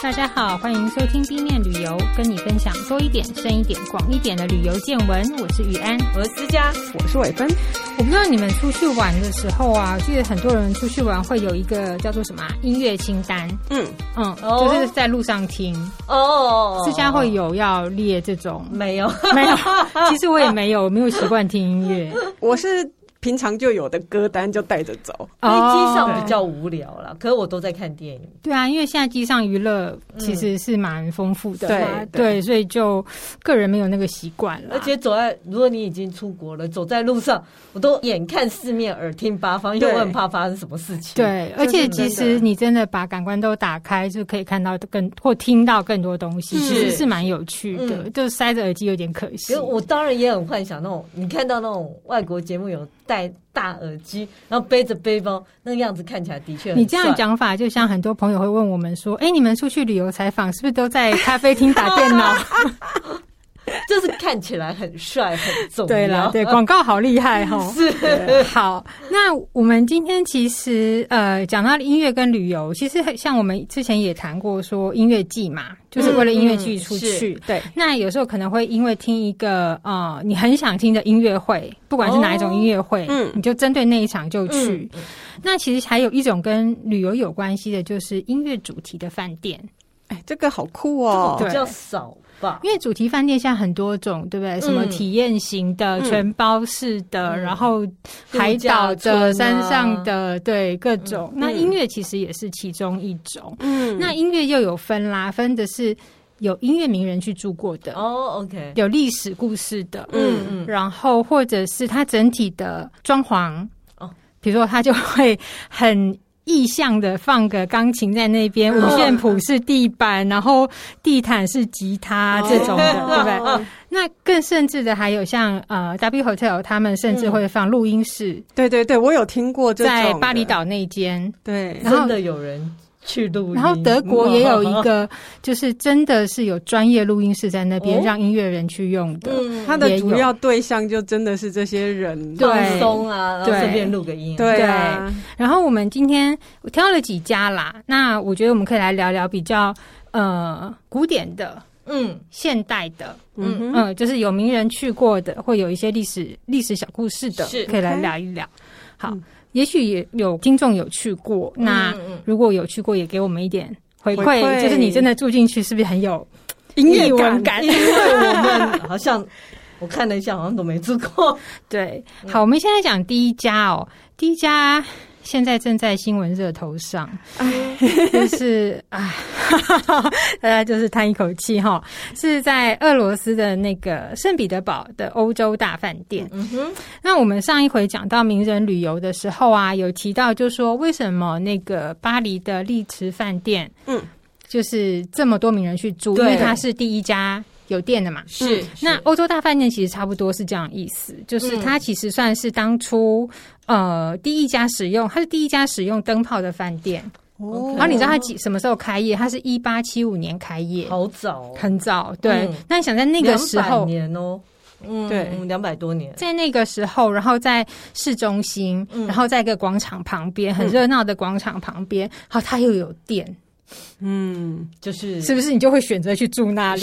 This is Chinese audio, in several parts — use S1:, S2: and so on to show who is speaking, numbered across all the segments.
S1: 大家好，欢迎收听 B 面旅游，跟你分享多一点、深一点、广一点的旅游见闻。我是雨安，
S2: 我是思佳，
S3: 我是伟芬。
S1: 我不知道你们出去玩的时候啊，我记得很多人出去玩会有一个叫做什么啊、音乐清单，
S2: 嗯
S1: 嗯，
S2: 哦
S1: 就是在路上听。
S2: 哦，，
S1: 私家会哦有要列这种
S2: 没有？
S1: 没有，其实我也没有，我没有习惯听音 乐。
S3: 我是平常就有的歌单就带着走，
S2: 飞机上
S1: 哦
S2: 比较无聊啦，可是我都在看电影。
S1: 对啊，因为现在机上娱乐其实
S2: 嗯
S1: 是蛮丰富的嘛，
S3: 对对
S1: 所以就个人没有那个习惯了。
S2: 而且走在，如果你已经出国了，走在路上，我都眼看四面，耳听八方，因为
S3: 对
S2: 我很怕发生什么事情。
S1: 对，而且其
S2: 真
S1: 实
S2: 的
S1: 你真的把感官都打开，就可以看到更或听到更多东西，
S2: 嗯
S1: 其实是蛮有趣的。
S2: 嗯
S1: 就塞着耳机有点可惜
S2: 因为。我当然也很幻想那种，你看到那种外国节目有戴大耳机，然后背着背包，那个样子看起来的确很
S1: 你这样
S2: 帅，
S1: 讲法，就像很多朋友会问我们说：“哎、你们出去旅游采访是不是都在咖啡厅打电 脑
S2: 就是看起来很帅很？”重要。
S1: 对啦，对，广告好厉害哈。
S2: 是
S1: 好，那我们今天其实呃讲到音乐跟旅游，其实很像我们之前也谈过说音乐季嘛，就是为了音乐
S2: 嗯
S1: 季出去。
S3: 对，
S1: 那有时候可能会因为听一个呃你很想听的音乐会，不管是哪一种音乐会，
S3: 嗯
S1: 你就针对那一场就去。
S2: 哦嗯
S1: 那其实还有一种跟旅游有关系的，就是音乐主题的饭店。
S3: 哎，这个好酷 哦！
S1: 这个
S2: 比较少吧。
S1: 因为主题饭店现在很多种，对不对？什么
S2: 嗯
S1: 体验型的、
S3: 嗯
S1: 全包式的，
S2: 嗯
S1: 然后海岛
S2: 度假
S1: 的、
S2: 村啊嗯
S1: 山上的，对各种。那音乐其实也是其中一种。
S3: 嗯，
S1: 那音乐又有分啦，分的是有音乐名人去住过的，
S2: 哦，OK，
S1: 有历史故事的，
S3: 嗯
S2: 嗯嗯，
S1: 然后或者是它整体的装潢，
S2: 哦
S1: 比如说它就会很。意象的放个钢琴在那边，
S2: 嗯
S3: 哦
S1: 五线谱是地板，然后地毯是吉
S2: 哦
S1: 他这种的，对不 对？
S3: 哦
S1: 那更甚至的还有像呃 W Hotel，他们甚至会放录音
S2: 嗯
S1: 室，
S3: 对对对，我有听过这种
S1: 在
S3: 的
S1: 巴厘，岛那间。
S3: 对
S1: 然后
S2: 真的有人去录音，嗯
S1: 然后德国也有一个，就是真的是有专业录音室在那边
S2: 哦
S1: 让音乐人去用的。
S2: 嗯，
S3: 他
S2: 他
S3: 的
S1: 也有
S3: 主要对象就真的是这些人，
S1: 对
S2: 放松啊，然后
S1: 对
S2: 顺便录个音，
S3: 对啊，
S1: 然后我们今天我挑了几家啦，那我觉得我们可以来聊聊比较呃古典的、
S2: 嗯，
S1: 现代的，
S3: 嗯哼，
S1: 嗯、就是有名人去过的，或有一些历史历史小故事的
S2: 是，
S1: 可以来
S3: OK
S1: 聊一聊。好，
S3: 嗯
S1: 也许也有听众有去过，那
S2: 嗯嗯
S1: 如果有去过，也给我们一点回馈，
S3: 回馈
S1: 就是你真的住进去是不是很有
S3: 音
S1: 异
S3: 乐
S1: 文感？
S2: 嗯因为我们好像我看了一下，好像都没住过，
S1: 对，好，我们现在讲第一家哦，第一家现在正在新闻热头上，就是啊， 大家就是叹一口气哈、是在俄罗斯的那个圣彼得堡的欧洲大饭店。
S2: 嗯哼，
S1: 那我们上一回讲到名人旅游的时候啊，有提到就说为什么那个巴黎的丽池饭店，
S3: 嗯，
S1: 就是这么多名人去住，因
S2: 对
S1: 为它是第一家有店的嘛，
S2: 是
S1: 嗯那欧洲大饭店其实差不多是这样意思，就是
S2: 嗯
S1: 它其实算是当初、呃第一家使用，它是第一家使用灯泡的饭店。
S3: 哦
S1: 然后你知道它几什么时候开业？它是一八七五年开业，
S2: 好早哦，
S1: 很早。对，
S2: 嗯
S1: 那你想在那个时
S2: 200
S1: 候，
S2: 年哦，嗯，
S3: 对
S2: 两百多年，
S1: 在那个时候，然后在市中心，
S2: 嗯
S1: 然后在一个广场旁边，很热闹的广场旁边，好，它又有店，
S3: 嗯，
S2: 就是
S1: 是不是你就会选择去住那里？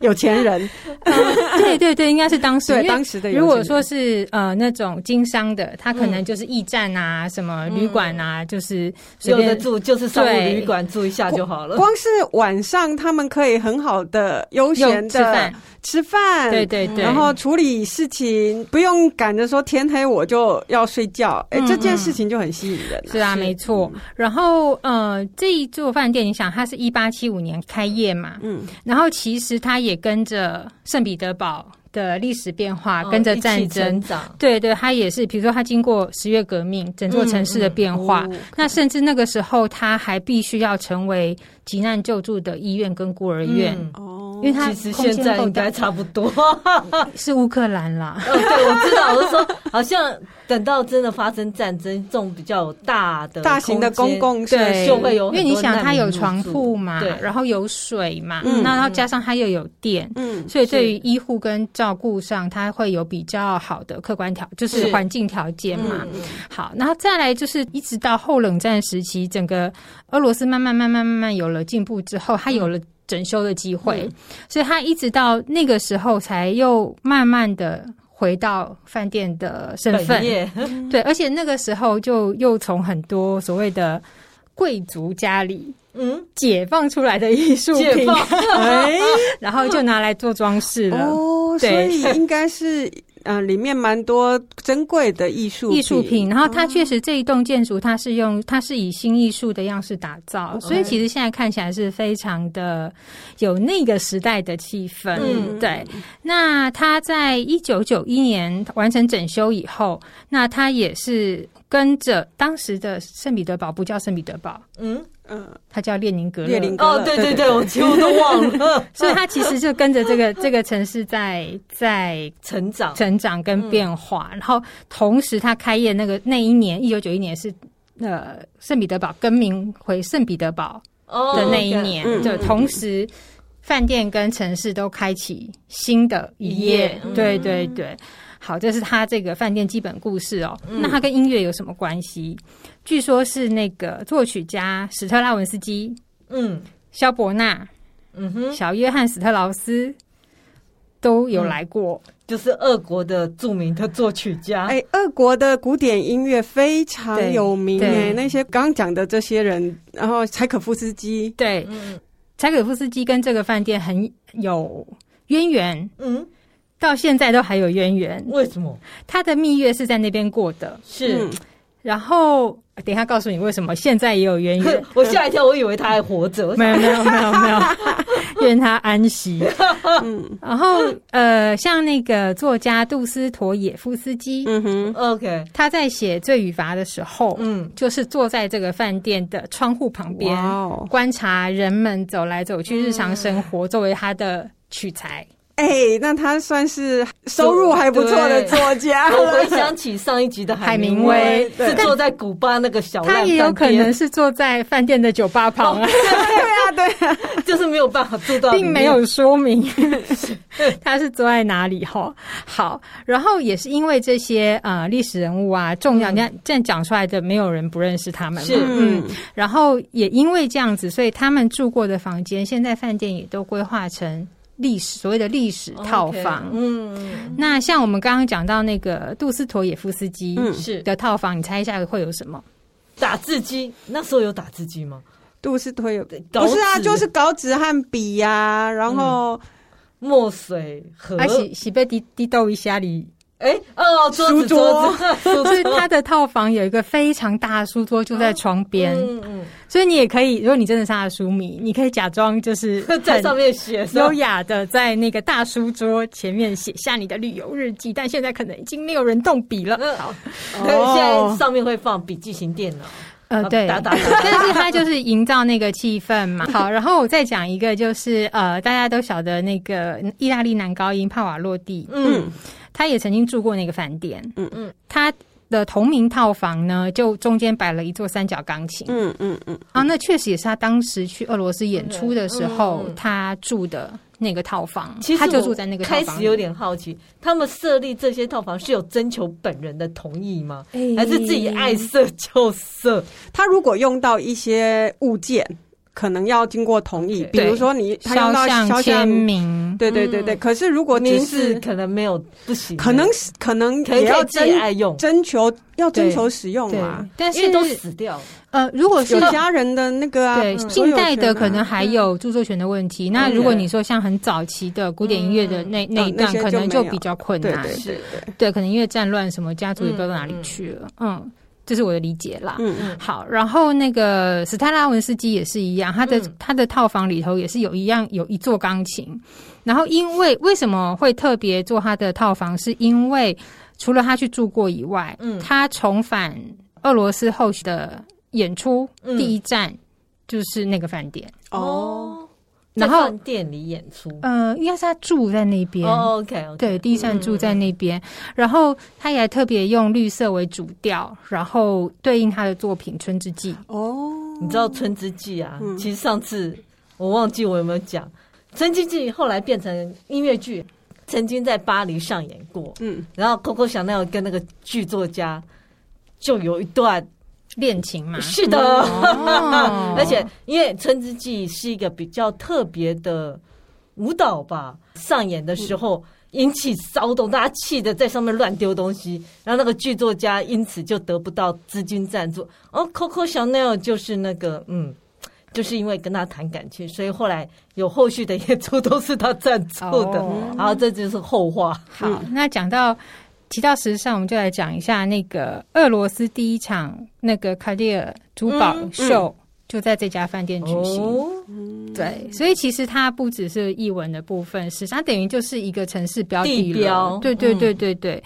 S3: 有钱人，
S1: 对对对，应该是当时因
S3: 对
S1: 为
S3: 当时的有钱人，
S1: 如果说是呃那种经商的，他可能就是驿站啊、什么旅馆啊，就是随
S2: 嗯有的
S1: 便
S2: 住就是商务
S1: 对
S2: 旅馆住一下就好了，
S3: 光是晚上他们可以很好的悠闲
S1: 用吃
S3: 的
S1: 饭，
S3: 吃饭，
S1: 对对对，
S3: 然后处理事情，不用赶着说天黑我就要睡觉，哎、
S1: 嗯
S3: 这件事情就很吸引人、啊。
S1: 是啊，
S2: 是嗯
S1: 没错。然后呃，这一座饭店，你想它是一八七五年开业嘛，
S3: 嗯，
S1: 然后其实它也跟着圣彼得堡的历史变化，
S2: 哦
S1: 跟着
S2: 一起
S1: 战
S2: 成
S1: 争。
S2: 长，
S1: 对对，它也是，比如说它经过十月革命，整座城市的
S2: 嗯嗯
S1: 变化，
S3: 哦
S1: 那甚至那个时候，他还必须要成为急难救助的医院跟孤儿院。
S2: 嗯
S3: 哦，
S1: 因为它
S2: 其实
S1: 空
S2: 现
S1: 间
S2: 在
S1: 够
S2: 应
S1: 大
S2: 该，差不多。哦，
S1: 是乌克兰 啦。
S2: 对，我知道，我是说，好像等到真的发生战争，这种比较有大的
S3: 大型的
S2: 空
S3: 公
S2: 间
S3: 共设
S2: 对
S3: 施，
S2: 啊就会有
S1: 因
S2: 很多
S1: 为你想，它
S2: 难民
S1: 有
S2: 入住
S1: 床铺嘛
S2: 对，
S1: 然后有水嘛，
S3: 嗯
S1: 那然后加上它又有电，
S3: 嗯
S1: 所以对于医护跟照顾上，它会有比较好的客观条，就是
S2: 是
S1: 环境条件嘛。
S2: 嗯嗯
S1: 好，然后再来就是一直到后冷战时期，整个俄罗斯慢慢慢慢慢慢有了进步之后，它有
S2: 嗯
S1: 了整修的机会，所以它一直到那个时候才又慢慢的。回到饭店的身份
S2: 本， 业
S1: 对，而且那个时候就又从很多所谓的贵族家里
S2: 嗯，
S1: 解放出来的艺术
S2: 解
S1: 品，
S2: 放
S3: 哎
S1: 然后就拿来做装饰了。
S3: 哦，所
S1: 对
S3: 以应该是呃里面蛮多珍贵的艺术
S1: 艺术品，然后它确实这一栋建筑，它是用它是以新艺术的样式打造，所以其实现在看起来是非常的有那个时代的气氛。
S2: 嗯
S1: 对。那它在一九九一年完成整修以后，那它也是跟着当时的圣彼得堡不叫圣彼得堡，
S2: 嗯，
S3: 嗯，
S1: 它叫列宁格勒。
S3: 列宁格
S2: 哦，对对对，我几乎都忘 了
S1: 所以它其实就跟着这 个这个城市在在
S2: 成长。
S1: 成长跟变化，
S3: 嗯
S1: 然后同时它开业那个那一年，一九九一年是呃圣彼得堡更名回圣彼得堡
S2: 哦
S1: 的那一年，
S3: 嗯
S1: 就
S3: 嗯
S1: 同时饭店跟城市都开启新的一
S2: 一
S1: 页
S2: 页，嗯
S1: 对对对。好，这是它这个饭店基本故事哦。
S3: 嗯
S1: 那它跟音乐有什么关系？据说是那个作曲家史特拉文斯基、
S2: 嗯
S1: 萧伯纳、
S2: 嗯哼，
S1: 小约翰·史特劳斯都有来过。
S2: 就是俄国的著名的作曲家。
S3: 哎，俄国的古典音乐非常
S1: 对
S3: 有名
S1: 对
S3: 哎，那些刚讲的这些人，然后柴可夫斯基，
S1: 对，
S2: 嗯
S1: 柴可夫斯基跟这个饭店很有渊源，
S2: 嗯，
S1: 到现在都还有渊源。
S2: 为什么？
S1: 他的蜜月是在那边过的，
S3: 嗯
S2: 是，
S1: 然后等一下告诉你为什么现在也有渊 源
S2: 。我吓一跳，我以为他还活着。
S1: 没有没有没有没有，愿他安息。
S3: 嗯
S1: 然后呃，像那个作家杜斯妥也夫斯基，
S3: 嗯哼，
S2: OK，
S1: 他在写《罪与罚》的时候，
S2: 嗯
S1: 就是坐在这个饭店的窗户旁边，
S3: 哇哦，
S1: 观察人们走来走去、日常生活，
S2: 嗯
S1: 作为他的取材。
S3: 哎，那他算是收入还不错的
S2: 对
S3: 作家
S2: 我回
S3: 了。
S2: 想起上一集的
S1: 啊海明
S2: 明
S1: 威
S2: 是坐在古巴那个小哦烂
S1: 他也有
S2: 饭
S1: 可
S2: 店
S1: 能，是坐在饭店的酒吧旁啊，
S2: 就是没有办法住到里面，
S1: 并没有说明他是坐在哪里哈。好，然后也是因为这些呃历史人物啊重要，你看这样讲出来的，没有人不认识他们嘛
S2: 是。
S1: 嗯，然后也因为这样子，所以他们住过的房间，现在饭店也都规划成历史所谓的历史
S2: OK，
S1: 套房。
S2: 嗯，
S1: 那像我们刚刚讲到那个杜斯妥也夫斯基
S3: 嗯
S2: 是
S1: 的套房，你猜一下会有什么？
S2: 打字机，那时候有打字机吗？
S3: 杜斯妥有
S2: 稿
S3: 不是啊，
S2: 纸
S3: 就是稿纸和笔呀、然后
S2: 墨水盒，
S1: 而且喜被滴滴豆一下里。
S2: 哎哦，桌
S3: 书
S2: 子
S3: 桌
S2: 桌子，书
S1: 所以
S2: 桌
S1: 他的套房有一个非常大的书桌，就在床边，
S2: 嗯
S1: 所以你也可以，如果你真的是他的书迷，你可以假装 就是
S2: 嗯，在上面写
S1: 很
S2: 是吧
S1: 优雅的在那个大书桌前面写下你的旅游日记，但现在可能已经没有人动笔了。
S2: 嗯可是现在
S3: 哦，
S2: 上面会放笔记型电脑，
S1: 呃，对，
S2: 打打打
S1: 但是他就是营造那个气氛嘛。好，然后我再讲一个，就是呃，大家都晓得那个意大利男高音帕瓦洛蒂，
S2: 嗯，
S1: 他也曾经住过那个饭店，嗯
S3: 嗯
S1: 嗯，他的同名套房呢，就中间摆了一座三角钢琴，
S3: 嗯嗯嗯，
S1: 啊，那确实也是他当时去俄罗斯演出的时候，
S2: 嗯嗯
S1: 他住的那个套房，
S2: 其实
S1: 他就
S2: 我
S1: 住在那个套
S2: 开
S1: 房
S2: 始
S1: 里
S2: 有，点好奇，他们设立这些套房是有征求本人的同意吗？
S1: 哎
S2: 还是自己爱设就设？
S3: 他如果用到一些物件，可能要经过同意，比
S1: 对
S3: 如说你他
S1: 肖
S3: 用到
S1: 像
S3: 肖
S1: 签
S3: 像，
S1: 名，
S3: 对对对对。可是如果只
S2: 名字
S3: 是
S2: 可能没有不行，
S3: 可能是可能
S2: 可能
S3: 也
S2: 可
S3: 要
S2: 以自己爱
S3: 征
S2: 用，
S3: 征求要征求使用
S2: 对
S3: 啊，
S1: 但
S2: 因为
S1: 是
S2: 都死掉了。
S1: 呃，如果是
S3: 有家人的那个啊
S1: 对，
S3: 嗯
S1: 近代的可能
S3: 所有权啊
S1: 还有著作权的问题。那如果你说像很早期的古典音乐的那那一段
S3: 那，些就
S1: 可能就
S3: 没有
S1: 比较困
S3: 对
S1: 难。
S3: 对
S2: 是
S3: 对对，
S1: 对，可能因为战乱什么，家族也不知道哪里去了。嗯，这是我的理解啦。
S3: 嗯
S2: 嗯
S1: 好，然后那个史泰拉文斯基也是一样，他的、
S2: 嗯
S1: 他的套房里头也是有一样有一座钢琴，然后因为为什么会特别做他的套房，是因为除了他去住过以外，
S2: 嗯
S1: 他重返俄罗斯后的演出、
S2: 嗯
S1: 第一站就是那个饭店，
S3: 哦，
S1: 然
S2: 在
S1: 后
S2: 饭店里演出。
S1: 呃，应该是他住在那边。
S2: 哦，OK，嗯
S1: 对，第一站住在那边，然后他也特别用绿色为主调，然后对应他的作品《春之祭》。
S3: 哦，
S2: 你知道《春之祭》啊？
S3: 嗯
S2: 其实上次我忘记我有没有讲，《春之祭》后来变成音乐剧，曾经在巴黎上演过。
S3: 嗯，
S2: 然后 Coco 香奈儿跟那个剧作家就有一段，
S1: 恋情嘛，
S2: 是 的，
S1: 哦
S2: 而且因为《春之祭》是一个比较特别的舞蹈吧，上演的时候。引起骚动，大家气得在上面乱丢东西，然后那个剧作家因此就得不到资金赞助。哦，Coco Chanel 就是那个，嗯，就是因为跟他谈感情，所以后来有后续的演出都是他赞助的。
S1: 哦
S2: 然后这就是后话。
S1: 好，嗯那讲到提到时尚，我们就来讲一下那个俄罗斯第一场那个卡利尔珠宝
S2: 嗯
S1: 秀，就在这家饭店举行。
S2: 哦，
S1: 对，所以其实它不只是译文的部分，时尚等于就是一个城市标
S2: 地
S1: 了
S2: 标
S1: 对对
S2: 嗯
S1: 对对对。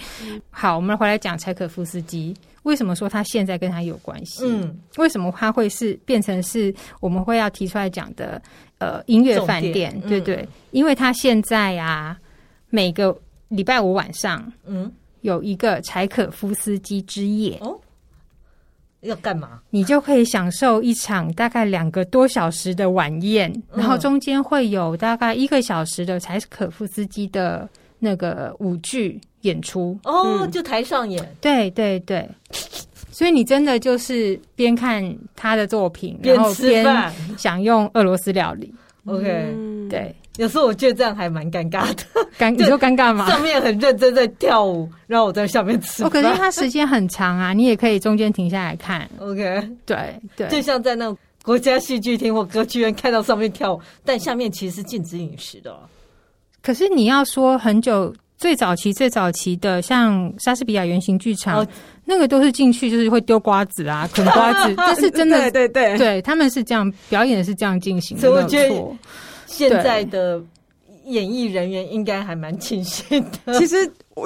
S1: 好，我们回来讲柴可夫斯基。为什么说他现在跟他有关系？
S2: 嗯，
S1: 为什么他会是变成是我们会要提出来讲的呃音乐饭店？
S2: 重
S1: 对
S2: 点嗯
S1: 对，因为他现在啊，每个礼拜五晚上
S2: 嗯，
S1: 有一个柴可夫斯基之夜，
S2: 哦，要干嘛？
S1: 你就可以享受一场大概两个多小时的晚宴，
S2: 嗯
S1: 然后中间会有大概一个小时的柴可夫斯基的那个舞剧演出。
S2: 哦，
S3: 嗯
S2: 就台上演，
S1: 对对对，所以你真的就是边看他的作品，
S2: 边
S1: 然后
S2: 吃
S1: 边
S2: 饭。
S1: 享用俄罗斯料理。
S2: OK，
S3: 嗯，
S1: 对，
S2: 有时候我觉得这样还蛮尴尬的，
S1: 尴你说尴尬吗？
S2: 上面很认真在跳舞，然后我在下面吃
S1: 哦，可是
S2: 饭。
S1: 它时间很长啊，你也可以中间停下来看。
S2: OK，
S1: 对对，
S2: 就像在那种国家戏剧厅或歌剧院看到上面跳舞，但下面其实是禁止饮食的哦。
S1: 可是你要说很久最早期最早期的，像莎士比亚原型剧场，
S2: 哦
S1: 那个都是进去就是会丢瓜子 啊、啃瓜子，但是真的
S3: 嗯对对对，
S1: 对他们是这样表演是这样进行的，
S2: 所以我
S1: 没有
S2: 觉得
S1: 错
S2: 现在的演艺人员应该还蛮庆幸 的，
S3: 其实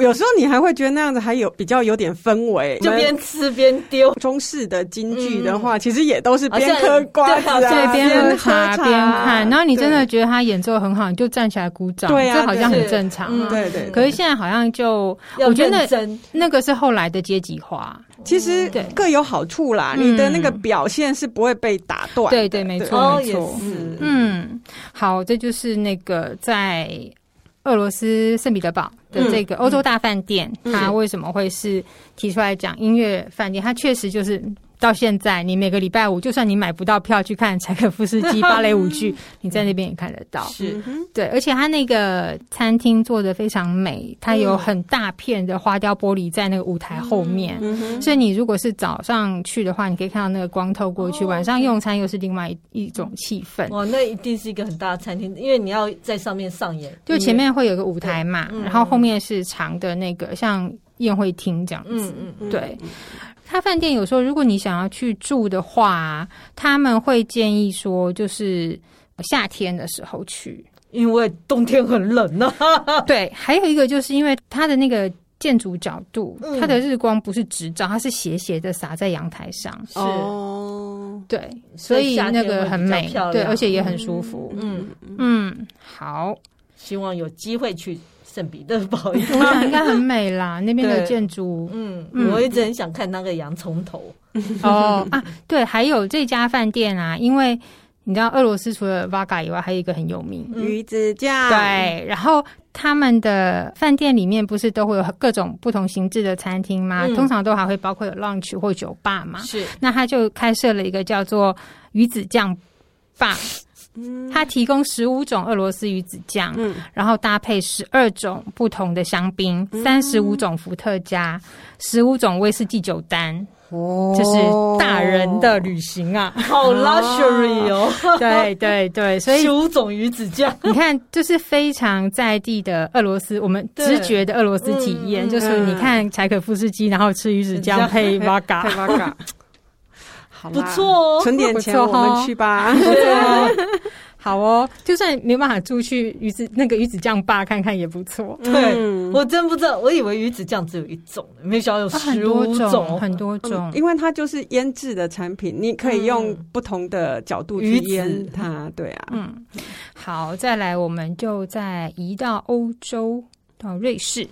S3: 有时候你还会觉得那样子还有比较有点氛围，
S2: 就
S3: 我们
S2: 边吃边丢。
S3: 中式的京剧的话，其实也都是
S2: 好
S3: 边
S2: 像
S3: 嗑瓜子
S2: 对啊
S3: 啊，
S1: 对，边喝
S3: 茶
S1: 茶边看，然后你真的
S3: 对
S1: 觉得他演奏很好，你就站起来鼓掌，
S3: 对啊
S1: 这好像
S2: 对
S1: 很正常啊。
S3: 对对，
S1: 可是现在好像就，
S2: 嗯要
S1: 我觉得
S2: 认真
S1: 那个是后来的阶级化，
S3: 其实
S1: 对
S3: 各有好处啦。
S1: 嗯
S3: 你的那个表现是不会被打断的，
S1: 对对没错
S2: 哦，也
S1: 没错
S2: 是，
S1: 嗯，好，这就是那个在俄罗斯圣彼得堡的
S2: 嗯
S1: 这个欧洲大饭店，
S3: 嗯
S1: 它
S3: 是
S1: 为什么会是提出来讲音乐饭店？它确实就是。到现在，你每个礼拜五，就算你买不到票去看柴可夫斯基芭蕾舞 剧，你在那边也看得到。
S2: 是
S3: 嗯哼
S1: 对，而且它那个餐厅做的非常美，它有
S2: 嗯
S1: 很大片的花雕玻璃在那个舞台后面，
S3: 嗯哼，
S1: 所以你如果是早上去的话，你可以看到那个光透过去；晚上用餐又是另外一一种气氛。
S2: 哦哇，那一定是一个很大的餐厅，因为你要在上面上演，
S1: 就前面会有个舞台嘛，
S2: 对嗯
S1: 然后后面是长的那个像宴会厅这样
S2: 嗯，
S1: 子。
S2: 嗯嗯，
S1: 对，他饭店有时候如果你想要去住的话，他们会建议说，就是呃夏天的时候去。
S2: 因为冬天很冷啊呐、
S1: 对，还有一个就是因为它的那个建筑角度，
S2: 嗯
S1: 它的日光不是直照，它是斜斜的洒在阳台上。
S2: 是
S3: 哦，
S1: 对，
S2: 所
S1: 所
S2: 以
S1: 以
S2: 夏
S1: 那
S2: 天
S1: 个很
S2: 会比
S1: 美
S2: 较漂亮，
S1: 对，而且也很舒服。
S2: 嗯，
S1: 嗯，好。
S2: 希望有机会去圣彼得堡一
S1: 我想应
S2: 趟。
S1: 该很美啦，那边的
S2: 对
S1: 建 筑
S2: 嗯，
S1: 嗯
S2: 我一直很想看那个洋葱头，
S1: 哦啊，对，还有这家饭店啊，因为你知道俄罗斯除了 Vaga 以外，还有一个很有名，
S2: 嗯
S3: 鱼子酱，
S1: 对，然后。他们的饭店里面不是都会有各种不同形制的餐厅吗？
S2: 嗯
S1: 通常都还会包括有 lunch 或酒吧嘛。
S2: 是
S1: 那他就开设了一个叫做鱼子酱吧，
S3: 嗯，
S1: 它提供十五种俄罗斯鱼子酱，
S3: 嗯
S1: 然后搭配十二种不同的香槟，
S2: 嗯
S1: 三十五种伏特加，十五种威士忌酒单，
S3: 哦
S1: 就是大人的旅行 啊！
S2: 好 luxury 哦，
S1: 对对对， 所以
S2: 十五种鱼子酱，
S1: 你看，就是非常在地的俄罗斯，我们
S2: 对
S1: 直觉的俄罗斯体验，
S2: 嗯
S1: 就是你看柴可夫斯基，然后吃鱼子
S2: 这
S1: 酱
S2: 样
S1: 配 v o
S3: 太八 嘎，好啦
S2: 不错哦
S3: 存点钱
S1: 不错
S3: 我
S1: 哦
S3: 们去吧。
S1: 对， 好哦，就算没办法出去鱼子那个鱼子酱吧看看也不错。
S2: 对、
S3: 嗯
S2: 我真不知道，我以为鱼子酱只有一种，没想到有
S1: 它啊很
S2: 十
S1: 多
S2: 五
S1: 种，很多种
S3: 嗯，因为它就是腌制的产品，你可以用不同的角度去
S2: 鱼子
S3: 腌它。对啊，
S1: 嗯，好，再来，我们就再移到欧洲，到瑞士。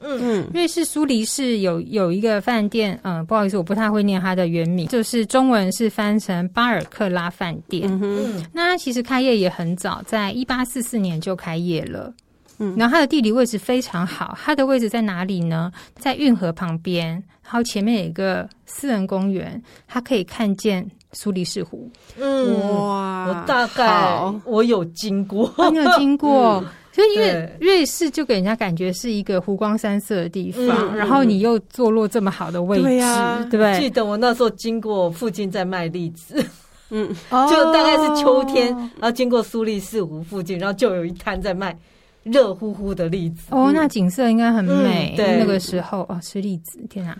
S2: 嗯，
S3: 嗯
S1: 瑞士苏黎世有有一个饭店，嗯、不好意思，我不太会念它的原名，就是中文是翻成巴尔克拉饭店。
S3: 嗯哼
S2: 嗯
S1: 那它其实开业也很早，在一八四四年就开业了。
S3: 嗯
S1: 然后它的地理位置非常好，它的位置在哪里呢？在运河旁边，然后前面有一个私人公园，它可以看见苏黎世湖。
S2: 嗯，
S3: 哇，
S2: 我大概
S3: 好
S2: 我有经 过，
S1: 我没有经过，所以因为
S2: 哦嗯对
S1: 瑞士就给人家感觉是一个湖光山色的地方，
S2: 嗯啊
S1: 然后你又坐落这么好的位置，
S3: 对呀
S1: 对不
S2: 记
S1: 对？
S2: 得我那时候经过附近在卖栗子，
S3: 嗯，
S2: 就大概是秋天
S1: 哦，
S2: 然后经过苏黎世湖附近，然后就有一摊在卖热乎乎的栗子。
S1: 哦，那景色应该很美。
S2: 嗯对
S1: 那个时候哦，吃栗子，天 啊！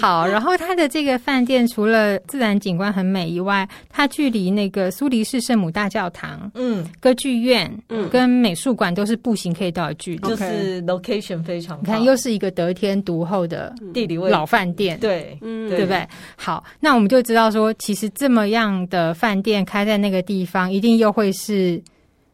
S1: 好，然后它的这个饭店除了自然景观很美以外，它距离那个苏黎世圣母大教堂、
S2: 嗯，
S1: 歌剧院、
S3: 嗯
S1: 跟美术馆都是步行可以到的距离。
S2: 就
S3: OK
S2: 是 location 非常好，
S1: 你看，又是一个得天独厚的
S2: 地理位置
S1: 老饭店。
S2: 对，
S3: 嗯
S1: 对不对？好，那我们就知道说，其实这么样的饭店开在那个地方，一定又会是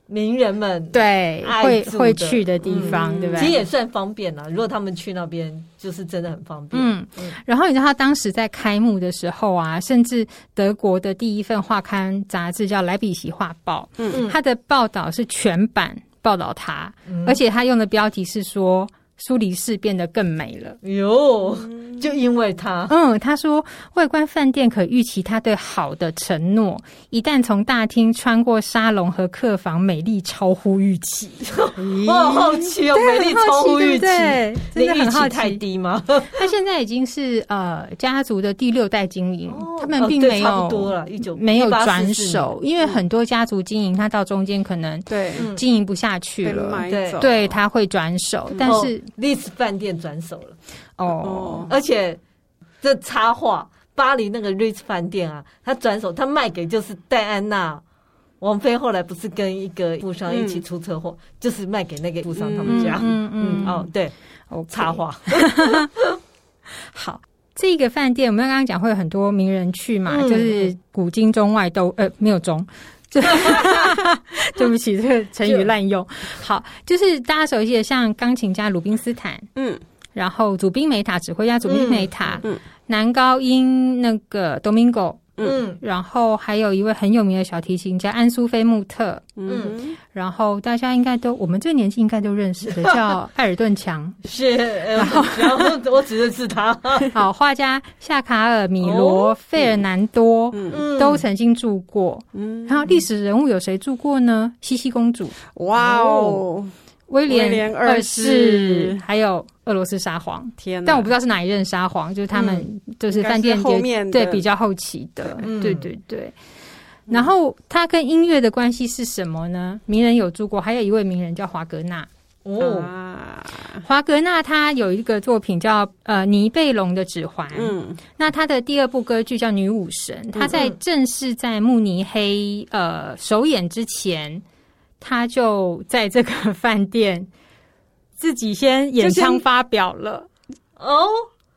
S2: 名人们
S1: 对
S2: 爱
S1: 会
S2: 住的
S1: 会去的地方，
S3: 嗯
S1: 对不
S2: 其实
S1: 对？
S2: 也算方便啦。如果他们去那边，就是真的很方便。
S1: 嗯，然后你知道他当时在开幕的时候啊，甚至德国的第一份画刊杂志叫《莱比锡画报》，
S2: 嗯
S1: 它的报道是全版报道他，而且他用的标题是说苏黎世变得更美了。
S2: 哟，就因为他，
S1: 嗯，他说外观饭店可预期他对好的承诺，一旦从大厅穿过沙龙和客房，美丽超乎预期。
S2: 我好好奇哦，美丽超乎预期，
S1: 对不对
S2: 你
S1: 真的
S2: 预
S1: 很
S2: 期
S1: 好
S2: 太
S1: 奇。
S2: 低吗？哦
S1: 他现在已经是呃家族的第六代经营，他们并
S2: 哦对
S1: 没
S2: 差
S1: 有、
S2: 不多了，一九
S1: 没有转
S2: 哦
S1: 手，，因为很多家族经营，他到中间可能
S3: 对，
S2: 嗯
S1: 经营不下去
S3: 被
S1: 了。
S3: 买
S2: 对
S3: 走，
S1: 对，他会转手，但是
S2: 丽兹饭店转手了，
S1: 哦，
S2: 而且这插画，巴黎那个 Ritz 饭店啊，他转手他卖给就是戴安娜。王菲后来不是跟一个富商一起出车祸，就是卖给那个富商他们家。
S1: 嗯
S2: 嗯
S1: 嗯嗯
S2: 哦，对，
S1: OK
S2: 插画，
S1: 好，这个饭店我们刚刚讲会有很多名人去嘛，
S2: 嗯
S1: 就是古今中外都呃没有中。 就对不起，这个成语滥用。好，就是大家熟悉的，像钢琴家鲁宾斯坦，
S3: 嗯
S1: 然后祖宾梅塔指挥家祖宾梅塔，
S3: 嗯嗯
S1: 男高音那个 Domingo，
S2: 嗯
S1: 然后还有一位很有名的小提琴家安苏菲穆特，
S3: 嗯
S1: 然后大家应该都我们这个年纪应该都认识的，叫艾尔顿 强。
S2: 是，呃然后我只认 识他，
S1: 好，画家夏卡尔、米
S3: 哦
S1: 罗、费尔南多，
S3: 嗯
S2: 嗯
S1: 都曾经住过。
S3: 嗯，
S1: 然后历史人物有谁住过呢？茜茜公主、
S3: 哇哦，
S1: 威
S3: 威
S1: 廉
S3: 廉二世
S1: 世，还有俄罗斯沙皇。
S3: 天哪！
S1: 但我不知道是哪一任沙皇，就是他们就是饭店
S3: 嗯应该是
S1: 也
S3: 后面的
S1: 对比较后期的，
S2: 嗯
S1: 对对对。
S3: 嗯
S1: 然后他跟音乐的关系是什么呢？名人有住过，还有一位名人叫华格纳。
S2: 哦，
S3: 啊，
S1: 华格纳他有一个作品叫呃《尼贝龙的指环》，
S3: 嗯
S1: 那他的第二部歌剧叫《女武神》，他在嗯正式在慕尼黑呃首演之前，他就在这个饭店自己先演唱发表 了，
S2: 哦，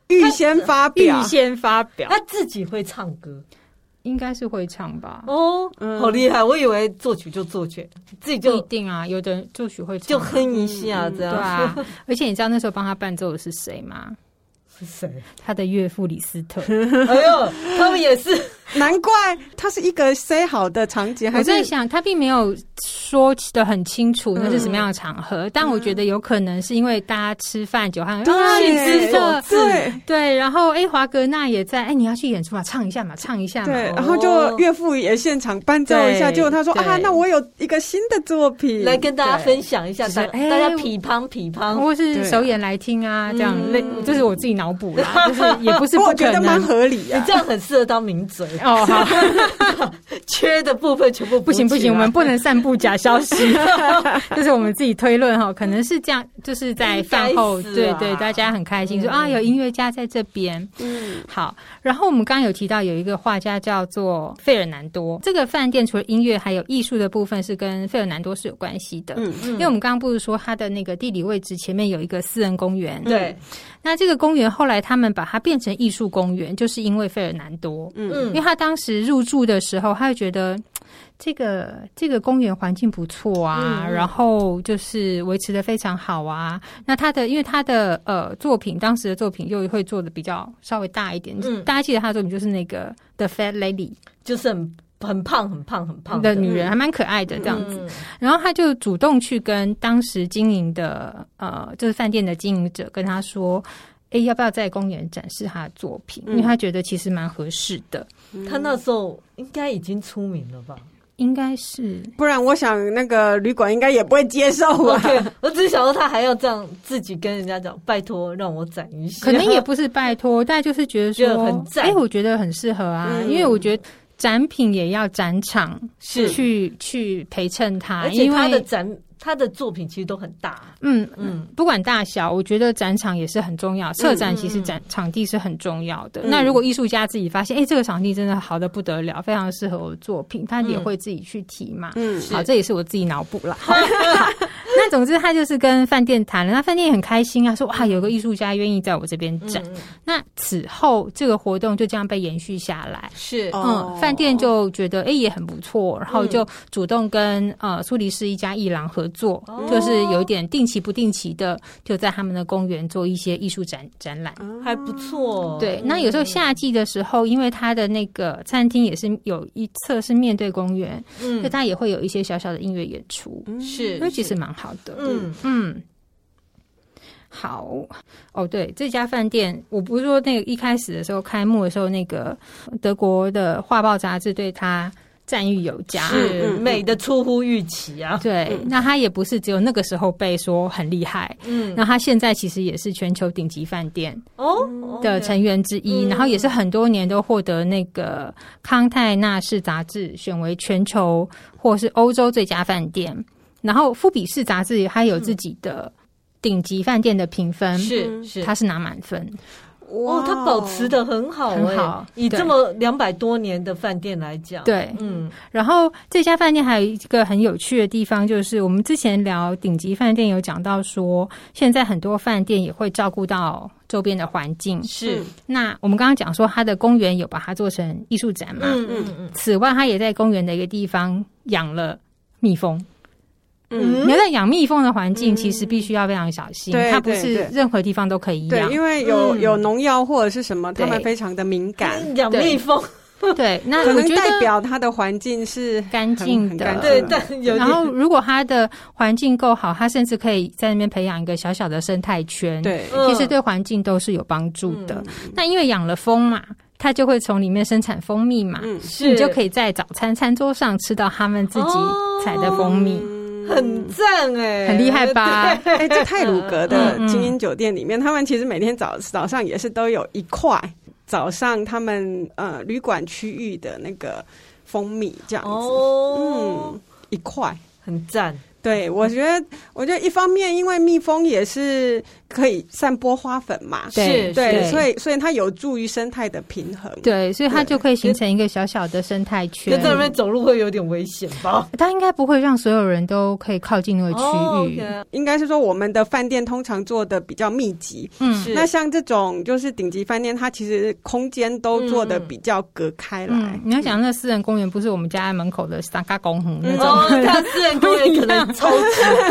S3: 预先发
S1: 预
S3: 表，
S1: 先发表，
S2: 他自己会唱歌
S1: 啊应该是会唱吧？
S2: 哦，
S3: 嗯
S2: 好厉害！我以为作曲就作曲，自己
S1: 不一
S2: 就
S1: 定啊，有的人作曲会唱啊
S2: 就哼一下这
S1: 对
S2: 样。
S1: 啊，而且你知道那时候帮他伴奏的是谁吗？
S2: 是谁？
S1: 他的岳父李斯特。
S2: 哎呦，他们也是，
S3: 难怪它是一个塞好的场景，还
S1: 我
S3: 是
S1: 在想，他并没有说的很清楚那是
S3: 嗯
S1: 什么样的场合，但我觉得有可能是因为大家吃饭酒酣，
S3: 对哦
S1: 啊，你
S2: 知
S1: 吃的
S2: 道
S3: 对
S1: 对，然后哎，华格纳也在，哎，你要去演出嘛，唱一下嘛，唱一下嘛
S3: 对，，
S2: 哦
S3: 然后就岳父也现场伴奏一下，
S1: 对
S3: 结果他说
S1: 对
S3: 啊，那我有一个新的作品
S2: 来跟大家分享一下，
S1: 嗯对
S2: 大
S1: 就是哎
S2: 大家匹乓匹乓，
S1: 或是首演来听啊，这样
S2: 嗯
S1: 类，这是我自己脑补 啦，就是也不是不
S3: 不过我觉
S1: 可
S3: 得蛮
S1: 能。
S3: 合理啊
S2: 你
S3: 呀
S2: 这。样很适合当名嘴，
S1: 哦，好，
S2: 缺的部分全部
S1: 不行哦不
S2: 补起
S1: 行，
S2: 来
S1: 我们不能散布假消息， 这是我们自己推论哈，可能是这样，就是在饭后，
S2: 应该是
S1: 对
S2: 啊
S1: 对，大家很开心说啊，有音乐家在这边，
S3: 嗯，
S1: 好。然后我们刚刚有提到有一个画家叫做费尔南多，这个饭店除了音乐还有艺术的部分是跟费尔南多是有关系的，
S3: 嗯
S1: 因为我们刚刚不是说它的那个地理位置前面有一个私人公园，
S2: 对，
S1: 那这个公园后来他们把它变成艺术公园，就是因为费尔南多，因为
S2: 嗯
S1: 他当时入住的时候，他就觉得嘖这个这个公园环境不错啊，
S2: 嗯嗯
S1: 然后就是维持的非常好啊。那他的因为他的呃作品，当时的作品又会做的比较稍微大一点，
S2: 嗯
S1: 大家记得他的作品就是那个 The Fat Lady
S2: 就是很很胖很胖很胖
S1: 的女人，
S3: 嗯
S1: 还蛮可爱的这样子。
S2: 哦嗯
S1: 然后他就主动去跟当时经营的呃，就是饭店的经营者跟他说。诶，要不要在公园展示他的作品？因为
S3: 嗯
S1: 他觉得其实蛮合适的，
S2: 他那时候应该已经出名 了吧？
S1: 应该是
S3: 不然我想那个旅馆应该也不会接受啊吧？
S2: 对，我只是想到他还要这样自己跟人家讲，拜托让我攒一下。
S1: 可能也不是拜托，但就是觉得
S2: 觉得
S1: 说
S2: 很，赞
S1: 哎、我觉得很适合啊，
S3: 嗯
S1: 因为我觉得展品也要展场
S2: 是
S1: 去去陪衬它，
S2: 而且
S1: 因
S2: 他的
S1: 为
S2: 展，他的作品其实都很大，
S1: 嗯。
S2: 嗯，
S1: 不管大小，我觉得展场也是很重要。策展其实
S2: 嗯
S1: 展、场地是很重要的。
S3: 嗯
S1: 那如果艺术家自己发现，哎、这个场地真的好的不得了，非常适合我的作品，他也
S2: 嗯
S1: 会自己去提嘛。
S3: 嗯
S1: 好，这也是我自己脑补了。好 那总之，他就是跟饭店谈了，那饭店也很开心啊，说哇，有个艺术家愿意在我这边展。
S2: 嗯
S1: 那此后这个活动就这样被延续下来。
S2: 是
S3: 哦
S1: 嗯，饭店就觉得哎、诶也很不错，然后
S2: 嗯
S1: 就主动跟、呃苏黎世一家艺廊合作，
S2: 哦
S1: 就是有点定期不定期的就在他们的公园做一些艺术展展览。
S2: 还不错。
S1: 对，那有时候夏季的时候，因为它的那个餐厅也是有一侧是面对公园，所以
S2: 嗯
S1: 它也会有一些小小的音乐演出，
S3: 嗯
S2: 是
S1: 那其实蛮好的。
S2: 嗯
S1: 嗯，好哦，对，这家饭店，我不是说那个一开始的时候开幕的时候，那个德国的画报杂志对他赞誉有加。
S2: 是
S3: 嗯嗯嗯
S2: 美的出乎预期啊。
S1: 对，那他也不是只有那个时候被说很厉害，
S2: 嗯，
S1: 那他现在其实也是全球顶级饭店
S2: 哦
S1: 的成员之一，
S2: 嗯
S1: 然后也是很多年都获得那个康泰纳仕杂志选为全球或是欧洲最佳饭店，然后富比士杂志还有自己的顶级饭店的评分，
S2: 嗯是是，
S1: 嗯他是拿满分，
S2: 哦，他保持的很好
S1: 很
S2: 哎
S1: 好
S2: 以
S1: 对
S2: 这么两百多年的饭店来讲，，
S1: 对。
S2: 嗯
S1: 然后这家饭店还有一个很有趣的地方，就是我们之前聊顶级饭店有讲到说，现在很多饭店也会照顾到周边的环境。
S2: 是，
S1: 那我们刚刚讲说，它的公园有把它做成艺术展嘛？
S2: 嗯嗯嗯
S1: 此外，他也在公园的一个地方养了蜜蜂。
S3: 嗯，
S2: 嗯
S1: 你要在养蜜蜂的环境，
S2: 嗯
S1: 其实必须要非常小心，
S3: 对
S1: 它不是
S3: 对对
S1: 任何地方都可以
S3: 对，
S1: 养。
S3: 因为有
S2: 嗯
S3: 有农药或者是什么，
S1: 对
S3: 他们非常的敏感，
S2: 养哎蜜蜂，
S1: 对，那
S3: 可
S1: 我
S3: 能
S1: 觉
S3: 代
S1: 得
S3: 表它的环境是
S1: 干净
S3: 很
S1: 的，
S3: 干 净
S2: 对，
S3: 嗯
S2: 但有
S1: 然后，
S2: 点
S1: 如果它的环境够好，它甚至可以在那边培养一个小小的生态圈，，
S3: 对，
S2: 嗯
S1: 其实对环境都是有帮助的
S2: 嗯。
S1: 那因为养了蜂嘛，它就会从里面生产蜂蜜嘛，
S3: 嗯，
S2: 是
S1: 你就可以在早餐餐桌上吃到他们自己
S3: 哦
S1: 采的蜂蜜。
S2: 很赞哎，
S1: 嗯很厉害吧？
S3: 嗯哎，在泰鲁格的
S1: 嗯嗯
S3: 精英酒店里面，他们其实每天早早上也是都有一块早上他们呃旅馆区域的那个蜂蜜这样子，
S2: 哦
S3: 嗯，，一块。
S2: 很赞，
S1: 嗯
S3: 对，我觉得，我觉得一方面，因为蜜蜂也是可以散播花粉嘛，
S1: 对
S2: 是
S3: 对，
S2: 是
S3: 所以所以它有助于生态的平衡。
S1: 对，所以它
S3: 对
S1: 就可以形成一个小小的生态圈
S2: 就。在那边走路会有点危险吧？
S1: 它应该不会让所有人都可以靠近那个
S2: 哦
S1: 区域。
S2: ，OK
S3: 应该是说我们的饭店通常做的比较密集，
S1: 嗯
S2: 是
S3: 那像这种就是顶级饭店，它其实空间都做的比较隔开来。
S1: 嗯，你要想那私人公园不是我们家门口的三嘎公园那种。
S2: 哦，他私人公园可能超级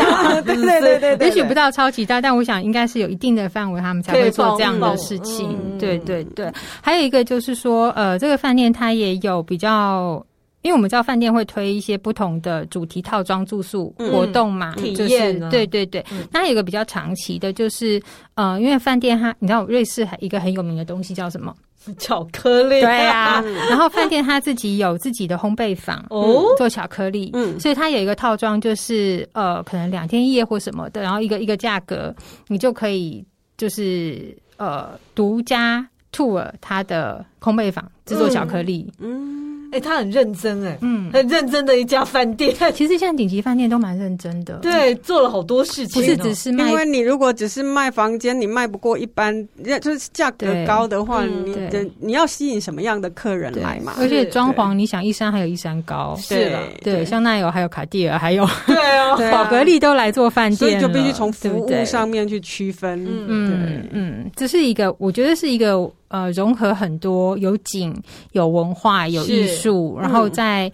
S2: 大，对
S3: 对对 对对，
S1: 也许不到超级大，但我想应该是有一定的范围，他们才会做这样的事
S2: 可以
S1: 情
S2: 包。容
S1: 对对对，还有一个就是说，呃，这个饭店它也有比较，因为我们知道饭店会推一些不同的主题套装住宿
S3: 嗯
S1: 活动嘛，
S2: 体
S1: 就是
S2: 验啊
S1: 对对对
S2: 嗯。
S1: 那还有一个比较长期的，就是呃，因为饭店它，你知道瑞士还一个很有名的东西叫什么？
S2: 巧克力，
S1: 对啊，然后饭店它自己有自己的烘焙坊
S2: 哦
S1: 做巧克力，
S3: 嗯
S1: 所以它有一个套装，就是呃，可能两天一夜或什么的，然后一个一个价格，你就可以就是呃独家 tour 它的烘焙坊制作巧克力，
S3: 嗯，
S2: 哎、他很认真哎、
S1: 嗯，
S2: 很认真的一家饭店，
S1: 其实现在顶级饭店都蛮认真的，，
S2: 对，做了好多事情
S1: 不
S2: 哦、
S1: 是只是卖
S3: 因为你如果只是卖房间，你卖不过一般，就是价格
S1: 对
S3: 高的话，
S2: 嗯
S3: 你
S1: 对
S3: 的你要吸引什么样的客人
S1: 对
S3: 来嘛？
S1: 而且
S2: 是
S1: 装潢，你想一山还有一山高，
S2: 是啦
S1: 对，香奈儿还有卡地尔，还有
S2: 对啊，
S3: 对 啊
S1: 宝格丽都来做饭
S3: 所
S1: 店
S3: 以
S1: 了，
S3: 就必须从服
S1: 对不
S3: 务
S1: 对
S3: 上面去区分。
S2: 嗯
S1: 嗯嗯，这是一个，我觉得是一个呃，融合很多有景、有文化、有
S2: 是
S1: 艺术，然后在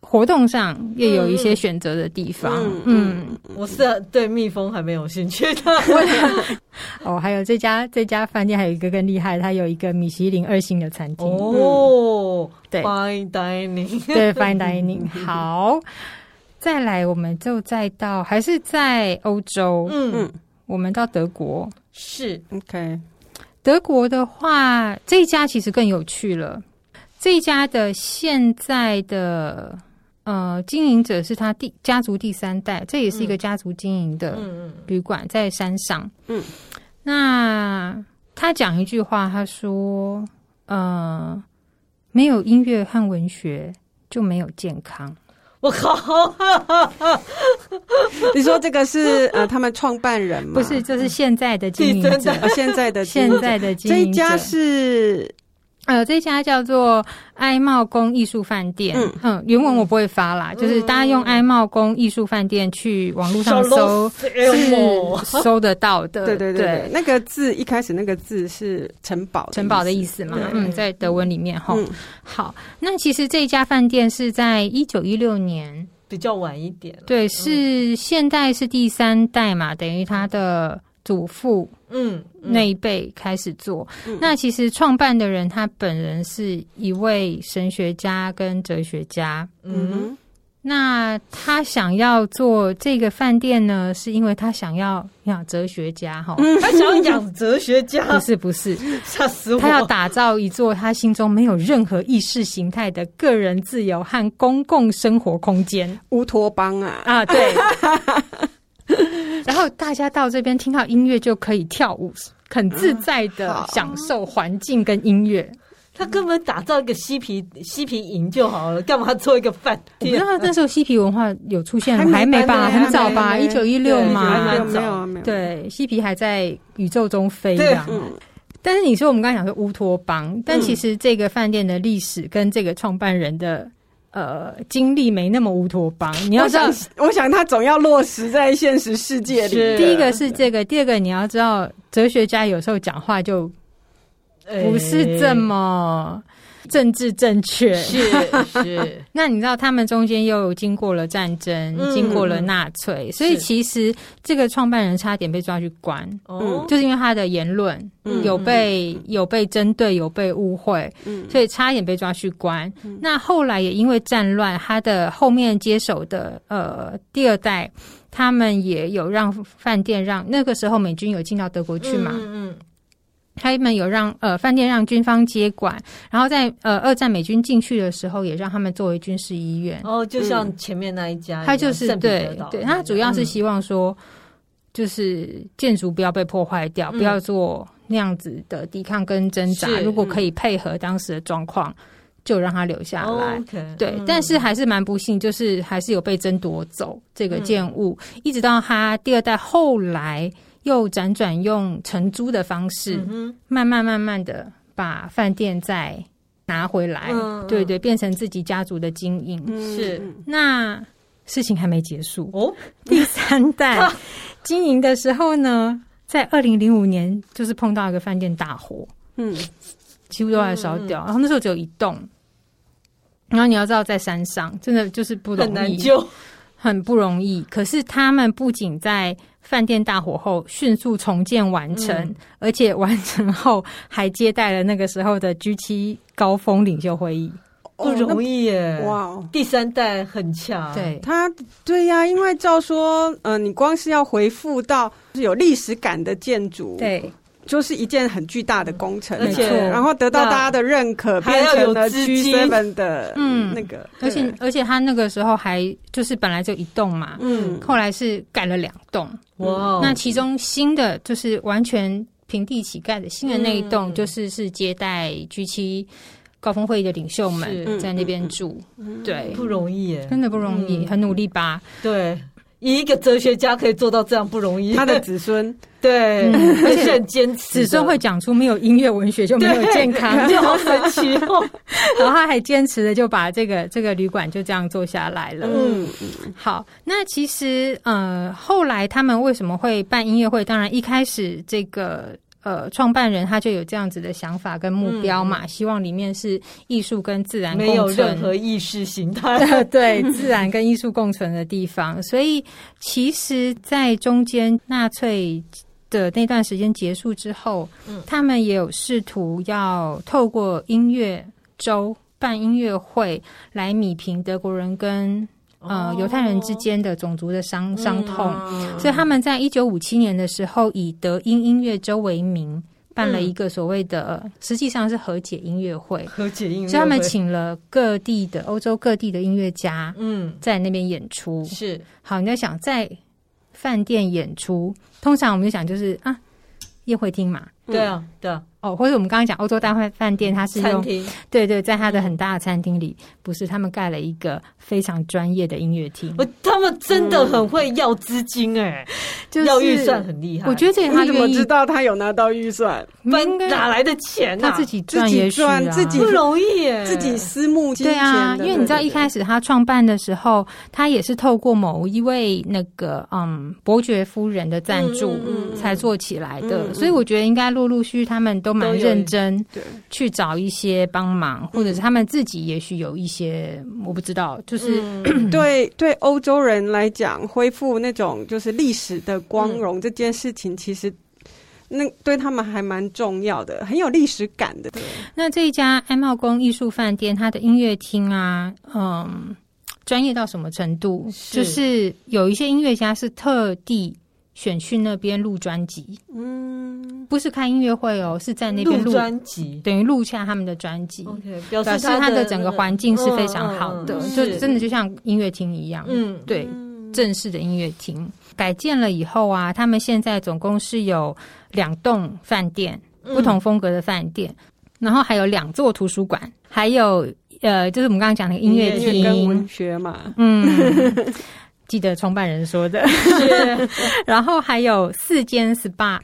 S1: 活动上也有一些
S2: 嗯
S1: 选择的地方。嗯，
S3: 嗯
S2: 我是对蜜蜂还没有兴趣 的，
S1: 哦，还有这家这家饭店还有一个更厉害，它有一个米其林二星的餐厅。
S2: 哦，
S1: 嗯对
S2: fine dining，
S1: 对，fine dining。好，再来，我们就再到还是在欧洲，
S2: 嗯，
S1: 我们到德国。
S2: 是
S3: 嗯，OK，
S1: 德国的话，这一家其实更有趣了。这一家的现在的呃经营者是他第家族第三代，这也是一个家族经营的
S2: 嗯嗯
S1: 旅馆，在山上。
S3: 嗯，
S1: 那他讲一句话，他说：“呃，没有音乐和文学就没有健康。
S2: 我靠，
S3: 你说这个是 呃，他们创办人”吗？
S1: 不是，，这是现在的经营
S2: 第
S1: 者
S2: 三，
S3: 呃，现在 的
S1: 现在的经
S3: 这
S1: 营者
S3: 一家是
S1: 呃，这家叫做哀茂宫艺术饭店。嗯
S3: 嗯
S1: 原文我不会发啦，就是大家用哀茂宫艺术饭店去 网络上搜，
S2: 小哎龙
S1: 是
S2: Elmo
S1: 搜得到的。
S3: 对对对对，那个字一开始那个字是城堡，
S1: 城堡的意思
S3: 思。
S1: 嘛
S3: 对，
S1: 嗯，在德文里面哈。
S3: 嗯，
S1: 好，那其实这家饭店是在一九一六年，
S2: 比较晚一点，
S3: 嗯
S1: 对，是现代是第三代嘛，等于他的祖父
S2: 嗯，嗯
S1: 那一辈开始做。
S3: 嗯
S1: 那其实创办的人他本人是一位神学家跟哲学家。
S2: 嗯
S3: 嗯哼
S1: 那他想要做这个饭店呢，是因为他想要养哲学家哈。
S2: 哼，他想要养哲学
S1: 不
S2: 家，
S1: 是不是，
S2: 吓死我！
S1: 他要打造一座他心中没有任何意识形态的个人自由和公共生活空间
S3: 乌托邦啊，
S1: 啊，对。 然后大家到这边听到音乐就可以跳舞，很自在的
S3: 好
S1: 享受环境跟音乐。
S2: 他根本打造一个嬉皮嬉皮营就好了，干嘛做一个饭
S1: 我不知
S2: 店？
S1: 道那时候嬉皮文化有出现吗？还
S3: 还没
S1: 没吧，
S3: 还没
S1: 很早吧，
S3: 还
S1: 一
S3: 没
S1: 九一六
S2: 对
S1: 嘛
S2: 1916
S3: 没有。没有没有，
S1: 对，嬉皮还在宇宙中飞
S2: 嗯对嗯
S1: 这样。
S3: 嗯，
S1: 但是你说我们刚才讲说乌托邦，但其实这个饭店的历史跟这个创办人的呃经历没那么乌托邦。你要
S3: 我
S1: 知道
S3: 想，我想他总要落实在现实世界里
S2: 是
S3: 的。
S1: 第一个是这个，第二个你要知道，哲学家有时候讲话就不是这么政治正确
S2: 哎。是 是，
S1: 那你知道他们中间又经过了战争，
S2: 嗯
S1: 经过了纳粹，所以
S2: 是
S1: 其实这个创办人差点被抓去关，
S2: 哦，
S1: 就是因为他的言论
S3: 嗯
S1: 有被有被针对，有被误会，
S3: 嗯，
S1: 所以差点被抓去关。那后来也因为战乱，他的后面接手的呃第二代，他们也有让饭店让那个时候美军有进到德国去嘛，
S2: 嗯嗯
S1: 他们有让呃饭店让军方接管，然后在呃二战美军进去的时候，也让他们作为军事医院。
S2: 嗯，哦，就像前面那一家一样，
S1: 他就是
S2: 圣彼得
S1: 对
S2: 岛
S1: 对，
S2: 那
S1: 他
S2: 个
S1: 主要是
S2: 嗯
S1: 希望说，就是建筑不要被破坏掉，
S2: 嗯
S1: 不要做那样子的抵抗跟挣扎。
S2: 是嗯
S1: 如果可以配合当时的状况，就让它留下来。
S2: OK，
S1: 对，
S2: 嗯
S1: 但是还是蛮不幸，就是还是有被争夺走这
S2: 嗯
S1: 个建物，一直到他第二代后来又辗转用承租的方式，
S2: 嗯哼
S1: 慢慢慢慢的把饭店再拿回来，
S2: 嗯
S1: 对
S2: 嗯
S1: 对，变成自己家族的经营。
S3: 嗯
S2: 是
S1: 那事情还没结束，
S2: 哦，
S1: 第三
S2: 啊
S1: 代经营的时候呢，在二零零五年就是碰到一个饭店大火，
S3: 嗯
S1: 几乎都快烧掉，
S2: 嗯
S1: 然后那时候只有一栋。然后你要知道，在山上真的就是不容易，
S2: 很难救，
S1: 很不容易。可是他们不仅在饭店大火后迅速重建完成，
S2: 嗯
S1: 而且完成后还接待了那个时候的 G 七高峰领袖会议。哦
S2: 不容
S3: 易
S2: 易耶。
S3: 哦哇哦。
S2: 第三代很强，，
S1: 对，
S3: 他对呀、因为照说，呃，你光是要回复到就是有历史感的建筑，，
S1: 对，
S3: 就是一件很巨大的工程，
S2: 而
S1: 且
S3: 对然后得到
S2: 那
S3: 大家的认可，
S2: 还
S3: 变
S2: 要有
S3: 成了
S2: 资金
S3: G seven 的
S1: 嗯
S3: 那个，
S1: 而且而且他那个时候还就是本来就一栋嘛，
S3: 嗯，
S1: 后来是盖了两栋。
S2: 哇哦，
S1: 那其中新的就是完全平地起盖的新的那一栋，
S2: 嗯
S1: 就是是接待 G 七高峰会议的领袖们
S2: 是嗯
S1: 在那边住，对，
S2: 不容易耶，
S1: 真的不容易，
S2: 嗯
S1: 很努力吧？
S2: 对。以一个哲学家可以做到这样不容易，
S3: 嗯他的子孙，
S2: 对，
S1: 嗯
S2: 而且很坚持的，
S1: 子孙会讲出没有音乐文学就没
S2: 对
S1: 有健康，
S2: 就 好神奇 哦。
S1: 然后他还坚持的就把这个这个旅馆就这样做下来了。
S3: 嗯，
S1: 好，那其实呃，后来他们为什么会办音乐会？当然一开始这个。呃，创办人他就有这样子的想法跟目标嘛，希望里面是艺术跟自然
S2: 嗯没有
S1: 共存
S2: 任何意识形态，
S1: 对自然跟艺术共存的地方。所以其实，在中间纳粹的那段时间结束之后，
S2: 嗯
S1: 他们也有试图要透过音乐周办音乐会来米平德国人跟呃
S2: 哦
S1: 犹太人之间的种族的伤伤痛。
S2: 嗯
S1: 所以他们在一九五七年的时候，以德音音乐周为名，办了
S2: 嗯
S1: 一个所谓的，实际上是和解音乐会。
S2: 和解音乐会，
S1: 所以他们请了各地的欧洲各地的音乐家
S2: 嗯
S1: 在那边演出。
S2: 是
S1: 好，你在想在饭店演出，通常我们就想就是啊宴会厅嘛，
S3: 嗯
S2: 对啊对啊，
S1: 哦，或者我们刚刚讲欧洲大饭饭店，它是
S2: 餐
S1: 用
S2: 厅，
S1: 对对，在它的很大的餐厅里，不是他们盖了一个非常专业的音乐厅，
S2: 我他们真的很会要资金哎，
S1: 就是
S2: 要预算。很厉害，
S1: 我觉得这也他
S3: 你怎么
S1: 愿意
S3: 知，道他有拿到预算？
S1: 应
S2: 分
S1: 该
S2: 哪来的钱
S1: 他
S2: 呐？
S1: 自己赚也许啊，
S3: 自己
S2: 不容易哎，
S3: 自己私募基
S1: 对啊，因为你知道一开
S3: 始
S1: 始他创办的时候，他也是透过某一位那个嗯伯爵夫人的赞助
S2: 嗯嗯嗯
S1: 才做起来
S3: 嗯
S1: 的，
S3: 嗯
S1: 所以我觉得应该陆陆续续他们都蛮
S2: 都有
S1: 认真
S3: 对
S1: 去找一些帮忙，或者是他们自己也许有一些我不知道，就是
S2: 嗯
S3: 对对欧洲人来讲，恢复那种就是历史的光
S1: 嗯
S3: 荣这件事情，其实那对他们还蛮重要的，很有历史感的。
S1: 那这一家爱茂宫艺术饭店，它的音乐厅啊，嗯，专业到什么程度？
S2: 是
S1: 就是有一些音乐家是特地选去那边录专辑，
S3: 嗯，
S1: 不是开音乐会哦，是在那边
S2: 录
S1: 录，
S2: 专辑
S1: 等于录下他们的专辑，
S2: ，OK，表
S1: 表示它的整个环境是非常好的，就真的
S2: 就
S1: 就像音乐厅一样，
S2: 嗯
S1: 对，
S3: 嗯
S1: 正式的音乐厅。改建了以后啊，他们现在总共是有两栋饭店，
S2: 嗯
S1: 不同风格的饭店，然后还有两座图书馆，还有呃，就是我们刚刚讲的音乐
S3: 音乐跟文
S1: 厅，
S3: 学嘛，
S1: 嗯，记得创办人说的， 然后还有四间 SPA、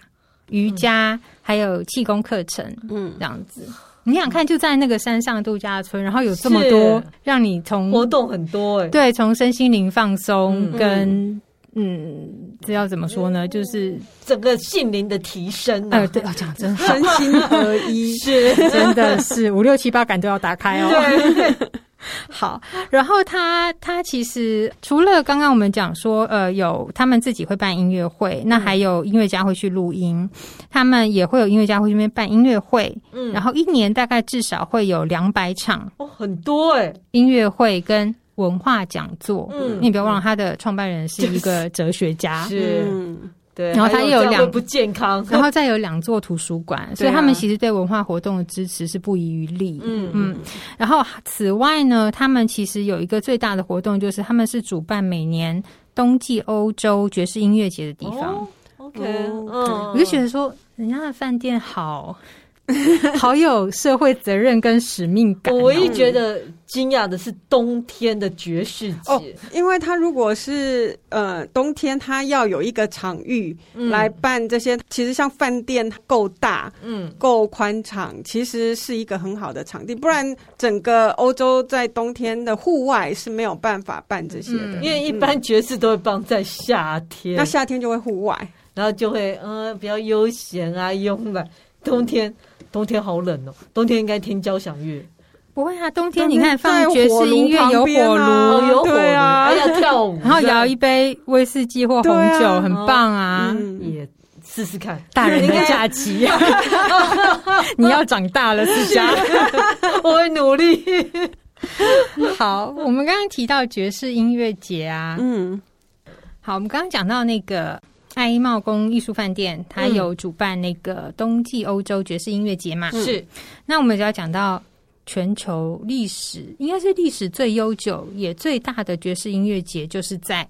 S1: 瑜伽，还有气功课程
S3: 嗯
S1: 这样子。你想看，就在那个山上度假村，然后有这么多
S2: 是
S1: 让你从
S2: 活动很多哎，
S1: 对，从身心灵放松
S2: 嗯
S1: 跟嗯，这要怎么说呢？就是
S2: 整个性灵的提升
S1: 呃，
S2: 啊，。
S1: 对，哦，讲真好，
S3: 身心合一
S2: 是，
S1: 真的是五六七八感都要打开哦。
S2: 对，
S1: 好，然后他他其实除了刚刚我们讲说，呃，有他们自己会办音乐会，那还有音乐家会去录音，他们也会有音乐家会去那边办音乐会，
S2: 嗯
S1: 然后一年大概至少会有两百场
S2: 哦，很多哎、
S1: 音乐会跟文化讲座。
S2: 嗯
S1: 你不要忘了，他的创办人是一个哲学家。
S2: 是，
S3: 嗯
S2: 对。
S1: 然后它
S2: 还
S1: 也有
S2: 这样
S1: 两
S2: 会不健康，
S1: 然后再有两座图书馆，所以
S3: 对啊
S1: 他们其实对文化活动的支持是不遗余力。
S2: 嗯
S1: 嗯，然后此外呢，他们其实有一个最大的活动，就是他们是主办每年冬季欧洲爵士音乐节的地方。
S2: 哦 OK，
S3: 哦
S2: 嗯，
S1: 我就觉得说，人家的饭店 好，好有社会责任跟使命感哦、
S2: 我唯一觉得惊讶的是冬天的爵士节、
S3: 哦因为他如果是呃冬天，他要有一个场域
S2: 嗯
S3: 来办这些，其实像饭店够大、
S2: 嗯，
S3: 够宽敞，其实是一个很好的场地。不然，整个欧洲在冬天的户外是没有办法办这些的。
S1: 嗯
S2: 因为一般爵士都会放在夏天，
S3: 那夏天就会户外，
S2: 然后就会嗯比较悠闲啊慵懒，冬天。冬天好冷哦，冬天应该听交响乐，
S1: 不会啊，冬天你看放爵
S3: 在火
S1: 士
S3: 炉
S1: 音乐
S3: 旁
S1: 有火
S3: 边
S1: 炉，
S3: 啊
S2: 哦，有火
S3: 对啊
S2: 还要跳舞，
S1: 然后摇
S2: 一
S1: 一杯威士忌或红
S3: 对
S1: 酒，
S3: 啊
S1: 很棒啊。
S3: 嗯，
S2: 也试试看，
S1: 大人
S2: 应
S1: 的
S2: 该
S1: 假期、
S2: 啊
S1: 你要长大了是 家。
S2: 我会努力。
S1: 好，我们刚刚提到爵士音乐节啊，
S3: 嗯，
S1: 好，我们刚刚讲到那个爱茂宫艺术饭店，它
S2: 嗯
S1: 有主办那个冬季欧洲爵士音乐节嘛？
S2: 是，
S1: 那我们就要讲到全球历史，应该是历史最悠久也最大的爵士音乐节，就是在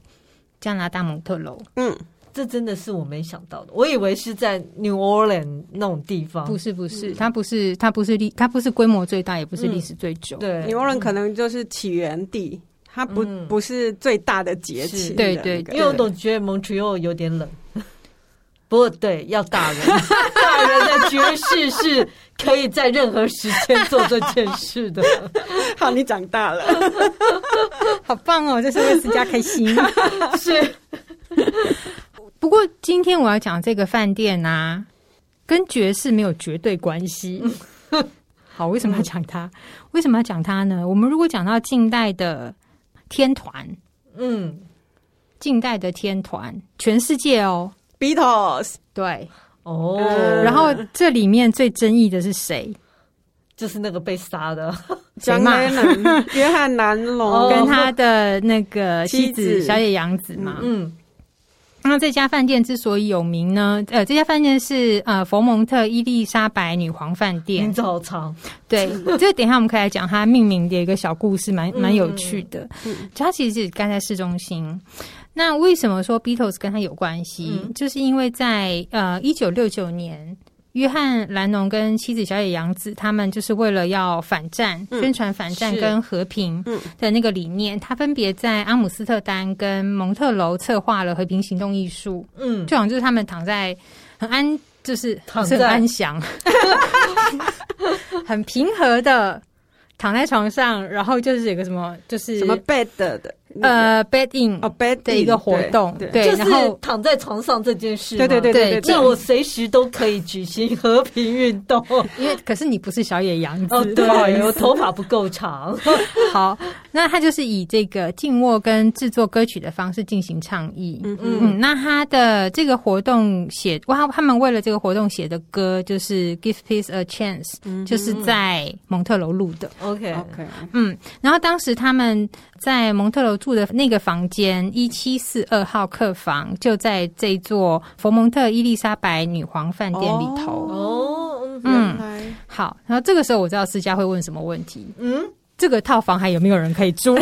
S1: 加拿大蒙特楼。
S3: 嗯，
S2: 这真的是我没想到的，我以为是在 New Orleans 那种地方，
S1: 不是不是，它不是它不是历它不是规模最大，也不
S2: 嗯
S1: 是历史最久。
S2: 对，
S3: 牛人可能就是起源地，它不、
S2: 嗯
S3: 不是最大的节气
S2: 是
S3: 的
S1: 对
S3: 那个、
S1: 对
S2: 因为我总觉得 Montreal 有点冷。 不过对，要大人， 大人的爵士是可以在任何时间做这件事的。
S3: 好，你长大了，
S1: 好棒哦，这是为自家开心。
S2: 是，
S1: 不过今天我要讲这个饭店啊，跟爵士没有绝对关系。好，为什么要讲它？为什么要讲它呢？我们如果讲到近代的天团，
S2: 嗯，
S1: 近代的天团，全世界哦，
S3: Beatles
S1: 对。
S2: 哦，
S3: 嗯
S1: 然后这里面最争议的是谁？
S2: 就是那个被杀的，
S1: 谁
S3: John
S1: 骂
S3: Lennon 约翰南
S2: 哦
S3: 龙
S1: 跟他的那个妻
S3: 妻
S1: 子
S3: 子
S1: 小野洋子嘛。
S2: 嗯，
S1: 那这家饭店之所以有名呢，呃，这家饭店是呃佛蒙特伊丽莎白女皇饭店
S2: 名。字好长，
S1: 对，这等一下我们可以来讲它命名的一个小故事，蛮
S2: 嗯
S1: 蛮有趣的。就它其实是盖在市中心。那为什么说 Beatles 跟它有关系？
S2: 嗯
S1: 就是因为在呃一九六九年，约翰·兰农跟妻子小野洋子他们就是为了要反战、
S3: 嗯
S1: 宣传反战
S2: 是
S1: 跟和平
S3: 嗯
S1: 的那个理念，他分别在阿姆斯特丹跟蒙特楼策划了和平行动艺术，
S2: 嗯，
S1: 就好像就是他们躺在很安，就是
S2: 躺
S1: 是很
S2: 在
S1: 安详， 很平和的躺在床上，然后就是有个什么，就是
S3: 什么 Bed 的、那个
S1: 呃 bed in
S3: 哦 Bed
S1: 的一个活动，
S3: 对
S1: 对，
S2: 就
S1: 然后
S2: 是躺在床上这件事嘛，
S3: 对对对
S1: 对
S3: 对
S1: 这
S2: 那我随时都可以举行和平运动。
S1: 因为可是你不是小野洋子，
S2: 哦，
S1: 不好意
S2: 对，我
S1: 思。
S2: 头发不够长，
S1: 好，那他就是以这个静卧跟制作歌曲的方式进行倡议。
S3: 嗯嗯
S2: 嗯
S1: 嗯，那他的这个活动写，哇，他们为了这个活动写的歌就是《Give Peace a Chance》，
S3: 嗯
S1: 就是在蒙特楼录的。
S2: ，OK，
S3: OK
S1: 嗯，然后当时他们在蒙特楼住的那个房间一七四二号客房，就在这座佛蒙特伊丽莎白女皇饭店里头。
S2: 哦，嗯
S1: 嗯
S3: 原来
S1: 好，然后这个时候我知道思佳会问什么问题，
S2: 嗯，
S1: 这个套房还有没有人可以 住？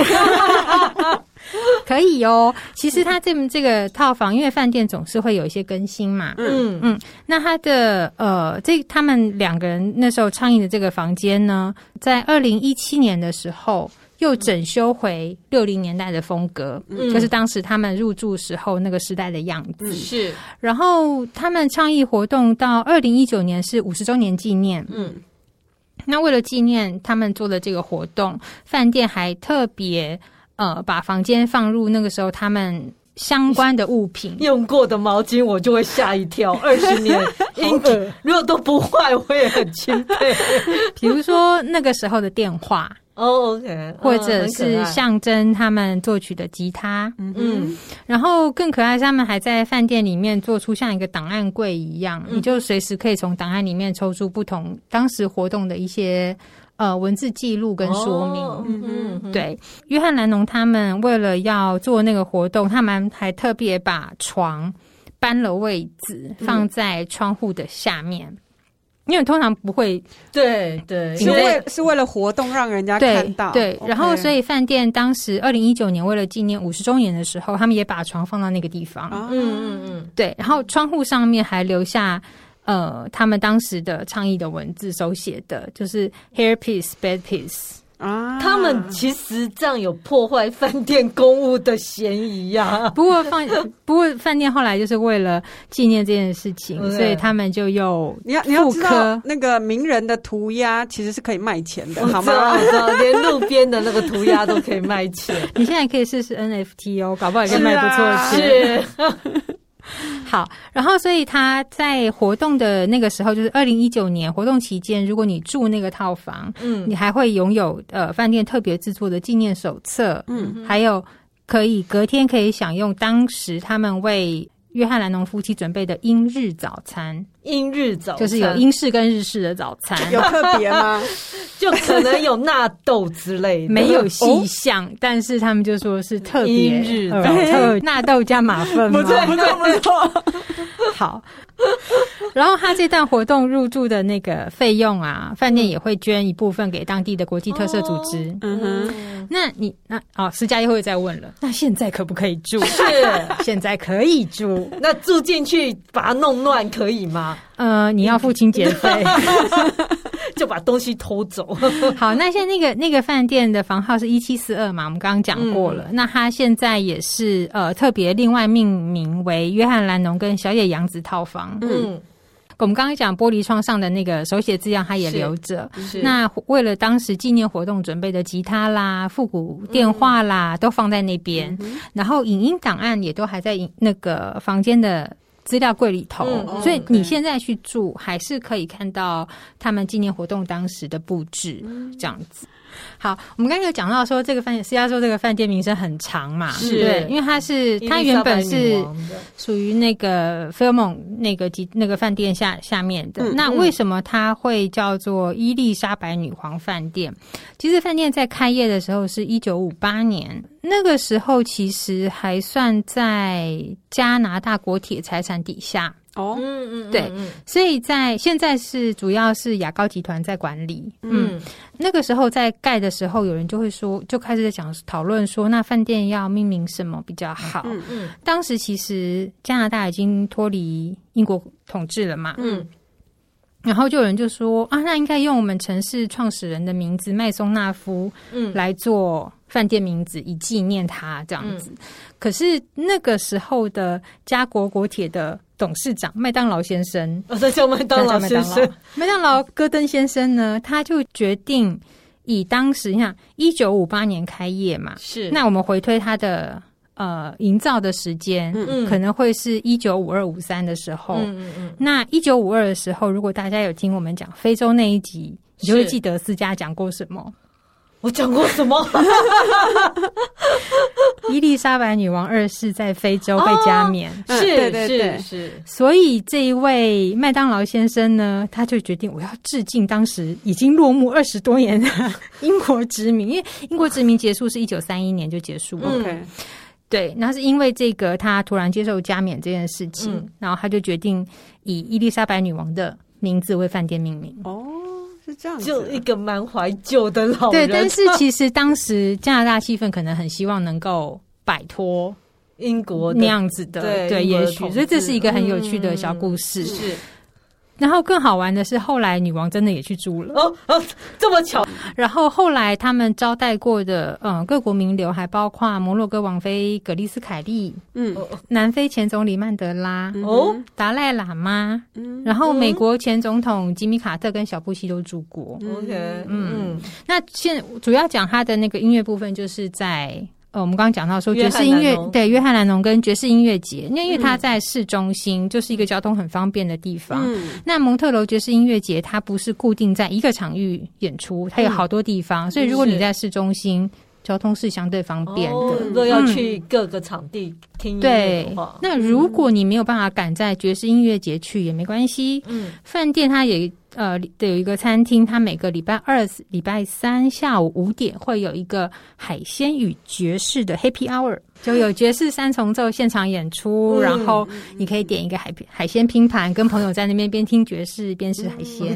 S1: 可以哦，其实它这这个套房，因为饭店总是会有一些更新嘛，
S2: 嗯
S1: 那他的呃，这他们两个人那时候倡议的这个房间呢，在二零一七年的时候又整修回六零年代的风格，
S2: 嗯
S1: 就是当时他们入住时候那个时代的样子。
S2: 嗯，是，
S1: 然后他们倡议活动到二零一九年是五十周年纪念，
S2: 嗯，
S1: 那为了纪念他们做的这个活动，饭店还特别呃把房间放入那个时候他们相关的物品
S2: 用过的毛巾我就会吓一 跳，二十年英
S1: 恶
S2: 如果都不坏，我也很钦佩。
S1: 比如说那个时候的电话。
S2: 哦，OK，
S1: 或者是
S2: 像
S1: 象征他们作曲的吉他，
S2: 嗯
S1: 然后更可爱，是他们还在饭店里面做出像一个档案柜一样，
S2: 嗯
S1: 你就随时可以从档案里面抽出不同当时活动的一些呃文字记录跟说明。
S2: 哦嗯嗯，
S1: 对，约翰·兰农他们为了要做那个活动，他们还特别把床搬了位置，
S2: 嗯
S1: 放在窗户的下面，因为通常不会
S2: 对对，
S1: 因
S3: 是
S2: 因
S1: 为
S2: 为
S3: 为是为了活动让人家
S1: 对
S3: 看到，
S1: 对，然后所
S3: 以
S1: 以饭店当时二零一九年为了纪念五十周年的时候，他们也把床放到那个地方，
S3: 啊
S2: 嗯嗯嗯，
S1: 对，然后窗户上面还留下。呃，他们当时的倡议的文字手写的，就是 hair piece, bed piece。
S3: 啊，
S2: 他们其实这样有破坏饭店公务的嫌疑 呀。
S1: 不过 放，不过饭店后来就是为了纪念这件事情，
S2: 对
S1: 所以他们就又
S3: 你要你要知
S1: 妇
S3: 道
S1: 科，
S3: 那个名人的涂鸦其实是可以卖钱的，好
S2: 我知道，
S3: 吗
S2: 我？知道，连路边的那个涂鸦都可以卖钱，
S1: 你现在可以试试 NFT 哦，搞不好也可以
S3: 是
S1: 卖不错的
S3: 啊
S1: 钱。
S2: 是，
S1: 好，然后所以他在活动的那个时候，就是二零一九年活动期间，如果你住那个套房，
S2: 嗯
S1: 你还会拥有呃饭店特别制作的纪念手册，
S3: 嗯，
S1: 还有可以隔天可以享用当时他们为约翰·兰农夫妻准备的英日早餐，
S2: 英日早餐
S1: 就是有英式跟日式的早餐。
S3: 有特别吗？
S2: 就可能有纳豆之类的，
S1: 没有细项，但是他们就说是特别
S2: 哦英日
S1: 呃
S2: 早餐
S1: 特纳豆加马粪吗？
S3: 错不错，
S1: 好，然后他这段活动入住的那个费用啊，饭店也会捐一部分给当地的国际特色组织。
S3: 嗯哼，
S2: 哼，
S1: 那 你那哦，私家又会再问了，那现在可不可以住？
S2: 是
S1: 现在可以住，
S2: 住， 那住进去把它弄乱可以吗？
S1: 呃，你要付清洁 费。
S2: 就把东西偷走。
S1: 好，那现在那个那个饭店的房号是一七四二嘛，我们刚刚讲过了。那它现在也是呃特别另外命名为约翰兰农跟小野洋子套房。
S2: 嗯，
S1: 我们刚刚讲玻璃窗上的那个手写字样，它也
S2: 是
S1: 留着。
S2: 嗯是
S1: 那为了当时纪念活动准备的吉他啦、复古电话啦，都放在那边，
S2: 嗯
S1: 然后影音档案也都还在影那个房间的资料柜里头，
S2: 嗯
S1: 所以
S3: OK
S1: 你现在去住还是可以看到他们纪念活动当时的布置、
S2: 嗯
S1: 这样子。好，我们刚才有讲到说这个饭店，私家说这个饭店名声很长嘛，
S2: 是
S1: 对，因为它是它原本
S2: 伊丽
S1: 是哦
S2: 莎白女王的
S1: 属于那个菲尔蒙那个集那个饭店下下面的。
S3: 嗯
S1: 那
S2: 嗯
S1: 为什么它会叫做伊丽莎白女皇饭店？其实饭店在开业的时候是一九五八年，那个时候其实还算在加拿大国铁财产底下，
S3: 哦，
S2: 嗯嗯，
S1: 对
S2: 嗯
S1: 所以在现在是主要是雅高集团在管理。嗯，
S2: 嗯，
S1: 那个时候在盖的时候，有人就会说，就开始在讲讨论说，那饭店要命名什么比较好。
S3: 嗯
S2: 嗯
S1: 当时其实加拿大已经脱离英国统治了嘛，
S2: 嗯
S1: 然后就有人就说啊，那应该用我们城市创始人的名字麦松纳夫
S2: 嗯嗯，
S1: 来做饭店名字，以纪念他这样
S2: 嗯
S1: 子。可是那个时候的加国国铁的董事长麦当劳先生，
S2: 我哦在叫麦当劳
S1: 麦
S2: 先
S1: 当
S2: 生
S1: 劳，麦当劳戈登先生呢，他就决定以当时你看一九五八年开业嘛，
S2: 是
S1: 那我们回推它的呃营造的时间，
S2: 嗯
S1: 可能会是一九五二五三的时候。
S2: 嗯嗯嗯，
S1: 那一九五二的时候，如果大家有听我们讲非洲那一集，你就会
S2: 是
S1: 记得思佳讲过什 么。
S2: 我讲过 什么？
S1: 伊丽莎白女王二世在非洲被加冕，
S3: 嗯
S2: 是
S3: 对对
S2: 是
S3: 对
S2: 是，
S1: 所以这一位麦当劳先生呢，他就决定我要致敬当时已经落幕二十多年的英国殖民，因为英国殖民结束是一九三一年就结束了。
S2: 嗯
S3: OK，
S1: 对，那是因为这个他突然接受加冕这件事情，
S2: 嗯
S1: 然后他就决定以伊丽莎白女王的名字为饭店命名。
S3: 哦，是这样子
S2: 就
S3: 啊，
S2: 一个蛮怀旧的老
S1: 对，
S2: 人。
S1: 但是其实当时加拿大气氛可能很希望能够摆脱
S2: 英国的
S1: 那样子的，
S2: 对英国
S1: 也
S2: 的嗯
S1: 许，
S2: 统
S1: 所以这是一个很有
S2: 治
S1: 趣的小故事。
S2: 是
S1: 然后更好玩的是，后来女王真的也去住了，
S2: 哦哦，这么巧，
S1: 然后后来他们招待过的，嗯，各国名流还包括摩洛哥王妃葛丽斯凯利、
S3: 嗯
S1: 南非前总理曼德拉、
S3: 嗯
S2: 哦
S3: 哼
S1: 达赖喇嘛，
S3: 嗯
S1: 然后
S2: 嗯
S1: 美国前总统吉米卡特跟小布希都住过。
S3: 嗯
S2: OK，
S1: 嗯
S2: 嗯，
S1: 那现主要讲他的那个音乐部分，就是在呃，我们刚刚讲到说爵
S2: 约翰
S1: 士音乐
S2: 兰农嗯
S1: 对约翰兰农跟爵士音乐节，那因为它在市中心，就是一个交通很方便的地方。
S3: 嗯
S1: 那蒙特楼爵士音乐节，它不是固定在一个场域演出，
S2: 嗯
S1: 它有好多地方，所以如果你在市中心，交通是相对方便的。嗯
S2: 哦如果要去各个场地听音乐
S1: 对
S2: 的话，，
S1: 那如果你没有办法赶在爵士音乐节去也没关系，
S2: 嗯
S1: 饭店它也呃有一个餐厅，它每个礼拜二、礼拜三下午五点会有一个海鲜与爵士的 Happy Hour，就有爵士三重奏现场演出，
S2: 嗯
S1: 然后你可以点一个海海鲜拼盘，跟朋友在那边边听爵士边吃海鲜，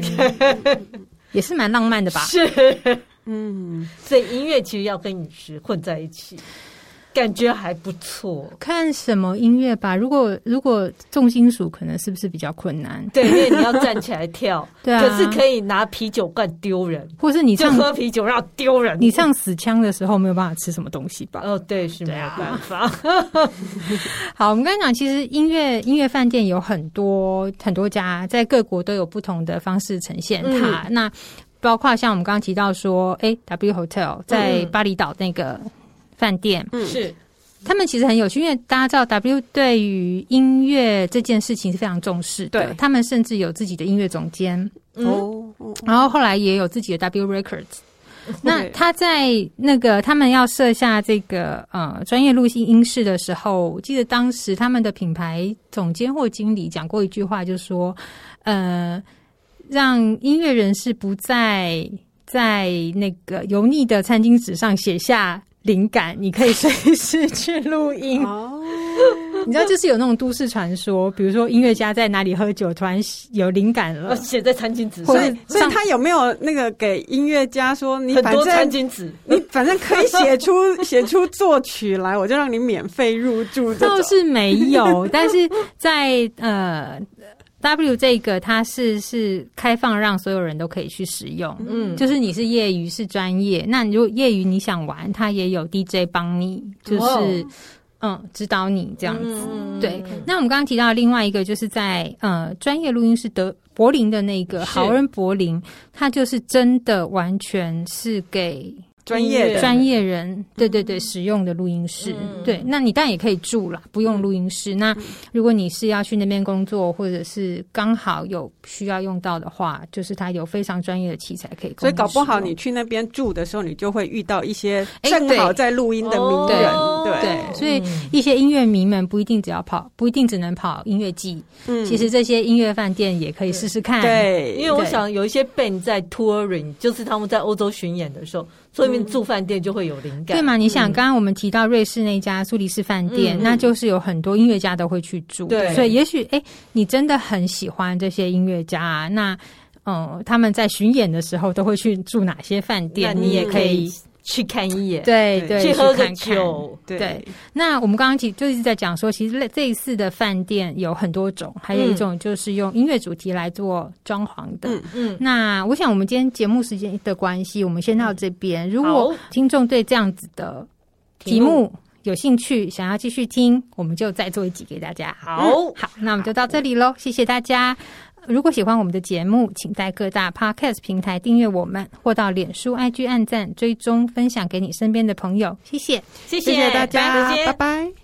S1: 也是蛮浪漫的吧？
S2: 嗯是，
S3: 嗯，
S2: 所以音乐其实要跟饮食混在一起，感觉还不错。
S1: 看什么音乐吧，如果如果重金属可能是不是比较困难？
S2: 对，因为你要站起来跳，
S1: 对啊，
S2: 可是可以拿啤酒罐丢人，
S1: 或是你
S2: 就
S1: 唱
S2: 喝啤酒然后丢人。
S1: 你唱死腔的时候没有办法吃什么东西吧？
S2: 哦，对，是没有办法。
S1: 好，我们刚才讲，其实音乐音乐饭店有很多很多家，在各国都有不同的方式呈现它。那包括像我们刚刚提到说，哎，W Hotel 在
S2: 嗯
S1: 巴厘岛那个饭店，
S3: 嗯
S2: 是，
S1: 他们其实很有趣，因为大家知道 W 对于音乐这件事情是非常重视的，
S3: 对
S1: 他们甚至有自己的音乐总监，
S2: 嗯，
S3: 哦哦
S1: 然后后来也有自己的 W Records。那
S3: 对
S1: 他在那个他们要设下这个呃专业录音音室的时候，我记得当时他们的品牌总监或经理讲过一句话，就说呃，让音乐人士不再在那个油腻的餐巾纸上写下灵感，你可以随时去录音。
S3: 哦，
S1: 你知道，就是有那种都市传说，比如说音乐家在哪里喝酒，突然有灵感了
S2: 我，呃写在餐巾纸上
S3: 所，
S1: 是
S3: 以，所以
S1: 上
S3: 他有没有那个给音乐家说，你
S2: 很
S3: 反
S2: 多餐
S3: 正
S2: 巾纸。
S3: 你反正可以写出写出作曲来，我就让你免费入住这
S1: 倒
S3: 种。
S1: 是没 有，但是在呃 W 这个它是是开放让所有人都可以去使用，
S2: 嗯，
S1: 就是你是业余是专业，那你如果业余你想玩，它也有 DJ 帮你，就是、
S2: 哇哦
S1: 嗯指导你这样子。
S2: 嗯
S1: 对，那我们刚刚提到另外一个，就是在呃专业录音室德柏林的那个
S2: 是
S1: 豪恩柏林，他就是真的完全是给
S3: 专业
S2: 对
S3: 的
S1: 专业人，对对对，使用的录音室。
S2: 嗯
S1: 对，那你当然也可以住啦，不用录音室。那如果你是要去那边工作，或者是刚好有需要用到的话，就是他有非常专业的器材可以供你使
S3: 所以
S1: 用。
S3: 搞不好你去那边住的时候，你就会遇到一些
S1: 哎
S3: 正
S1: 对
S3: 好在录音的名人，
S2: 哦
S1: 对，所以
S2: 嗯
S1: 一些音乐迷们不一定只要跑，不一定只能跑音乐季，
S3: 嗯
S1: 其实这些音乐饭店也可以试试看。
S3: 对，
S2: 因为我想有一些 band 在 touring，就是他们在欧洲巡演的时候，说明住饭店就会有灵感。
S1: 嗯对嗯嘛？你想，刚刚我们提到瑞士那家苏黎世饭店，
S2: 嗯嗯
S1: 那就是有很多音乐家都会去住，
S2: 对
S1: 所以也许，哎，你真的很喜欢这些音乐家、啊，那，嗯，他们在巡演的时候都会去住哪些饭店？
S2: 那
S1: 你
S2: 你
S1: 也
S2: 也
S1: 可
S2: 可
S1: 以
S2: 以，去看一眼，
S1: 对
S3: 对
S1: 对，
S2: 去喝个
S1: 看看
S2: 酒，
S1: 对
S3: 对，
S1: 那我们刚刚提就一直在讲说，其实类这一次的饭店有很多种，还有一种就是用音乐主题来做装潢的。
S3: 嗯
S2: 嗯，
S1: 那我想，我们今天节目时间的关系，我们先到这边。如果
S2: 好
S1: 听众对这样子的题
S2: 题目
S1: 目嗯有兴趣，想要继续听，我们就再做一集给大家。
S2: 好
S1: 嗯好，那我们就到这里喽，谢谢大家。如果喜欢我们的节目，请在各大 podcast 平台订阅我们，或到脸书、IG 按赞、追踪、分享给你身边的朋友，谢谢。
S2: 谢
S3: 谢谢大家，
S2: 再见
S3: 拜拜。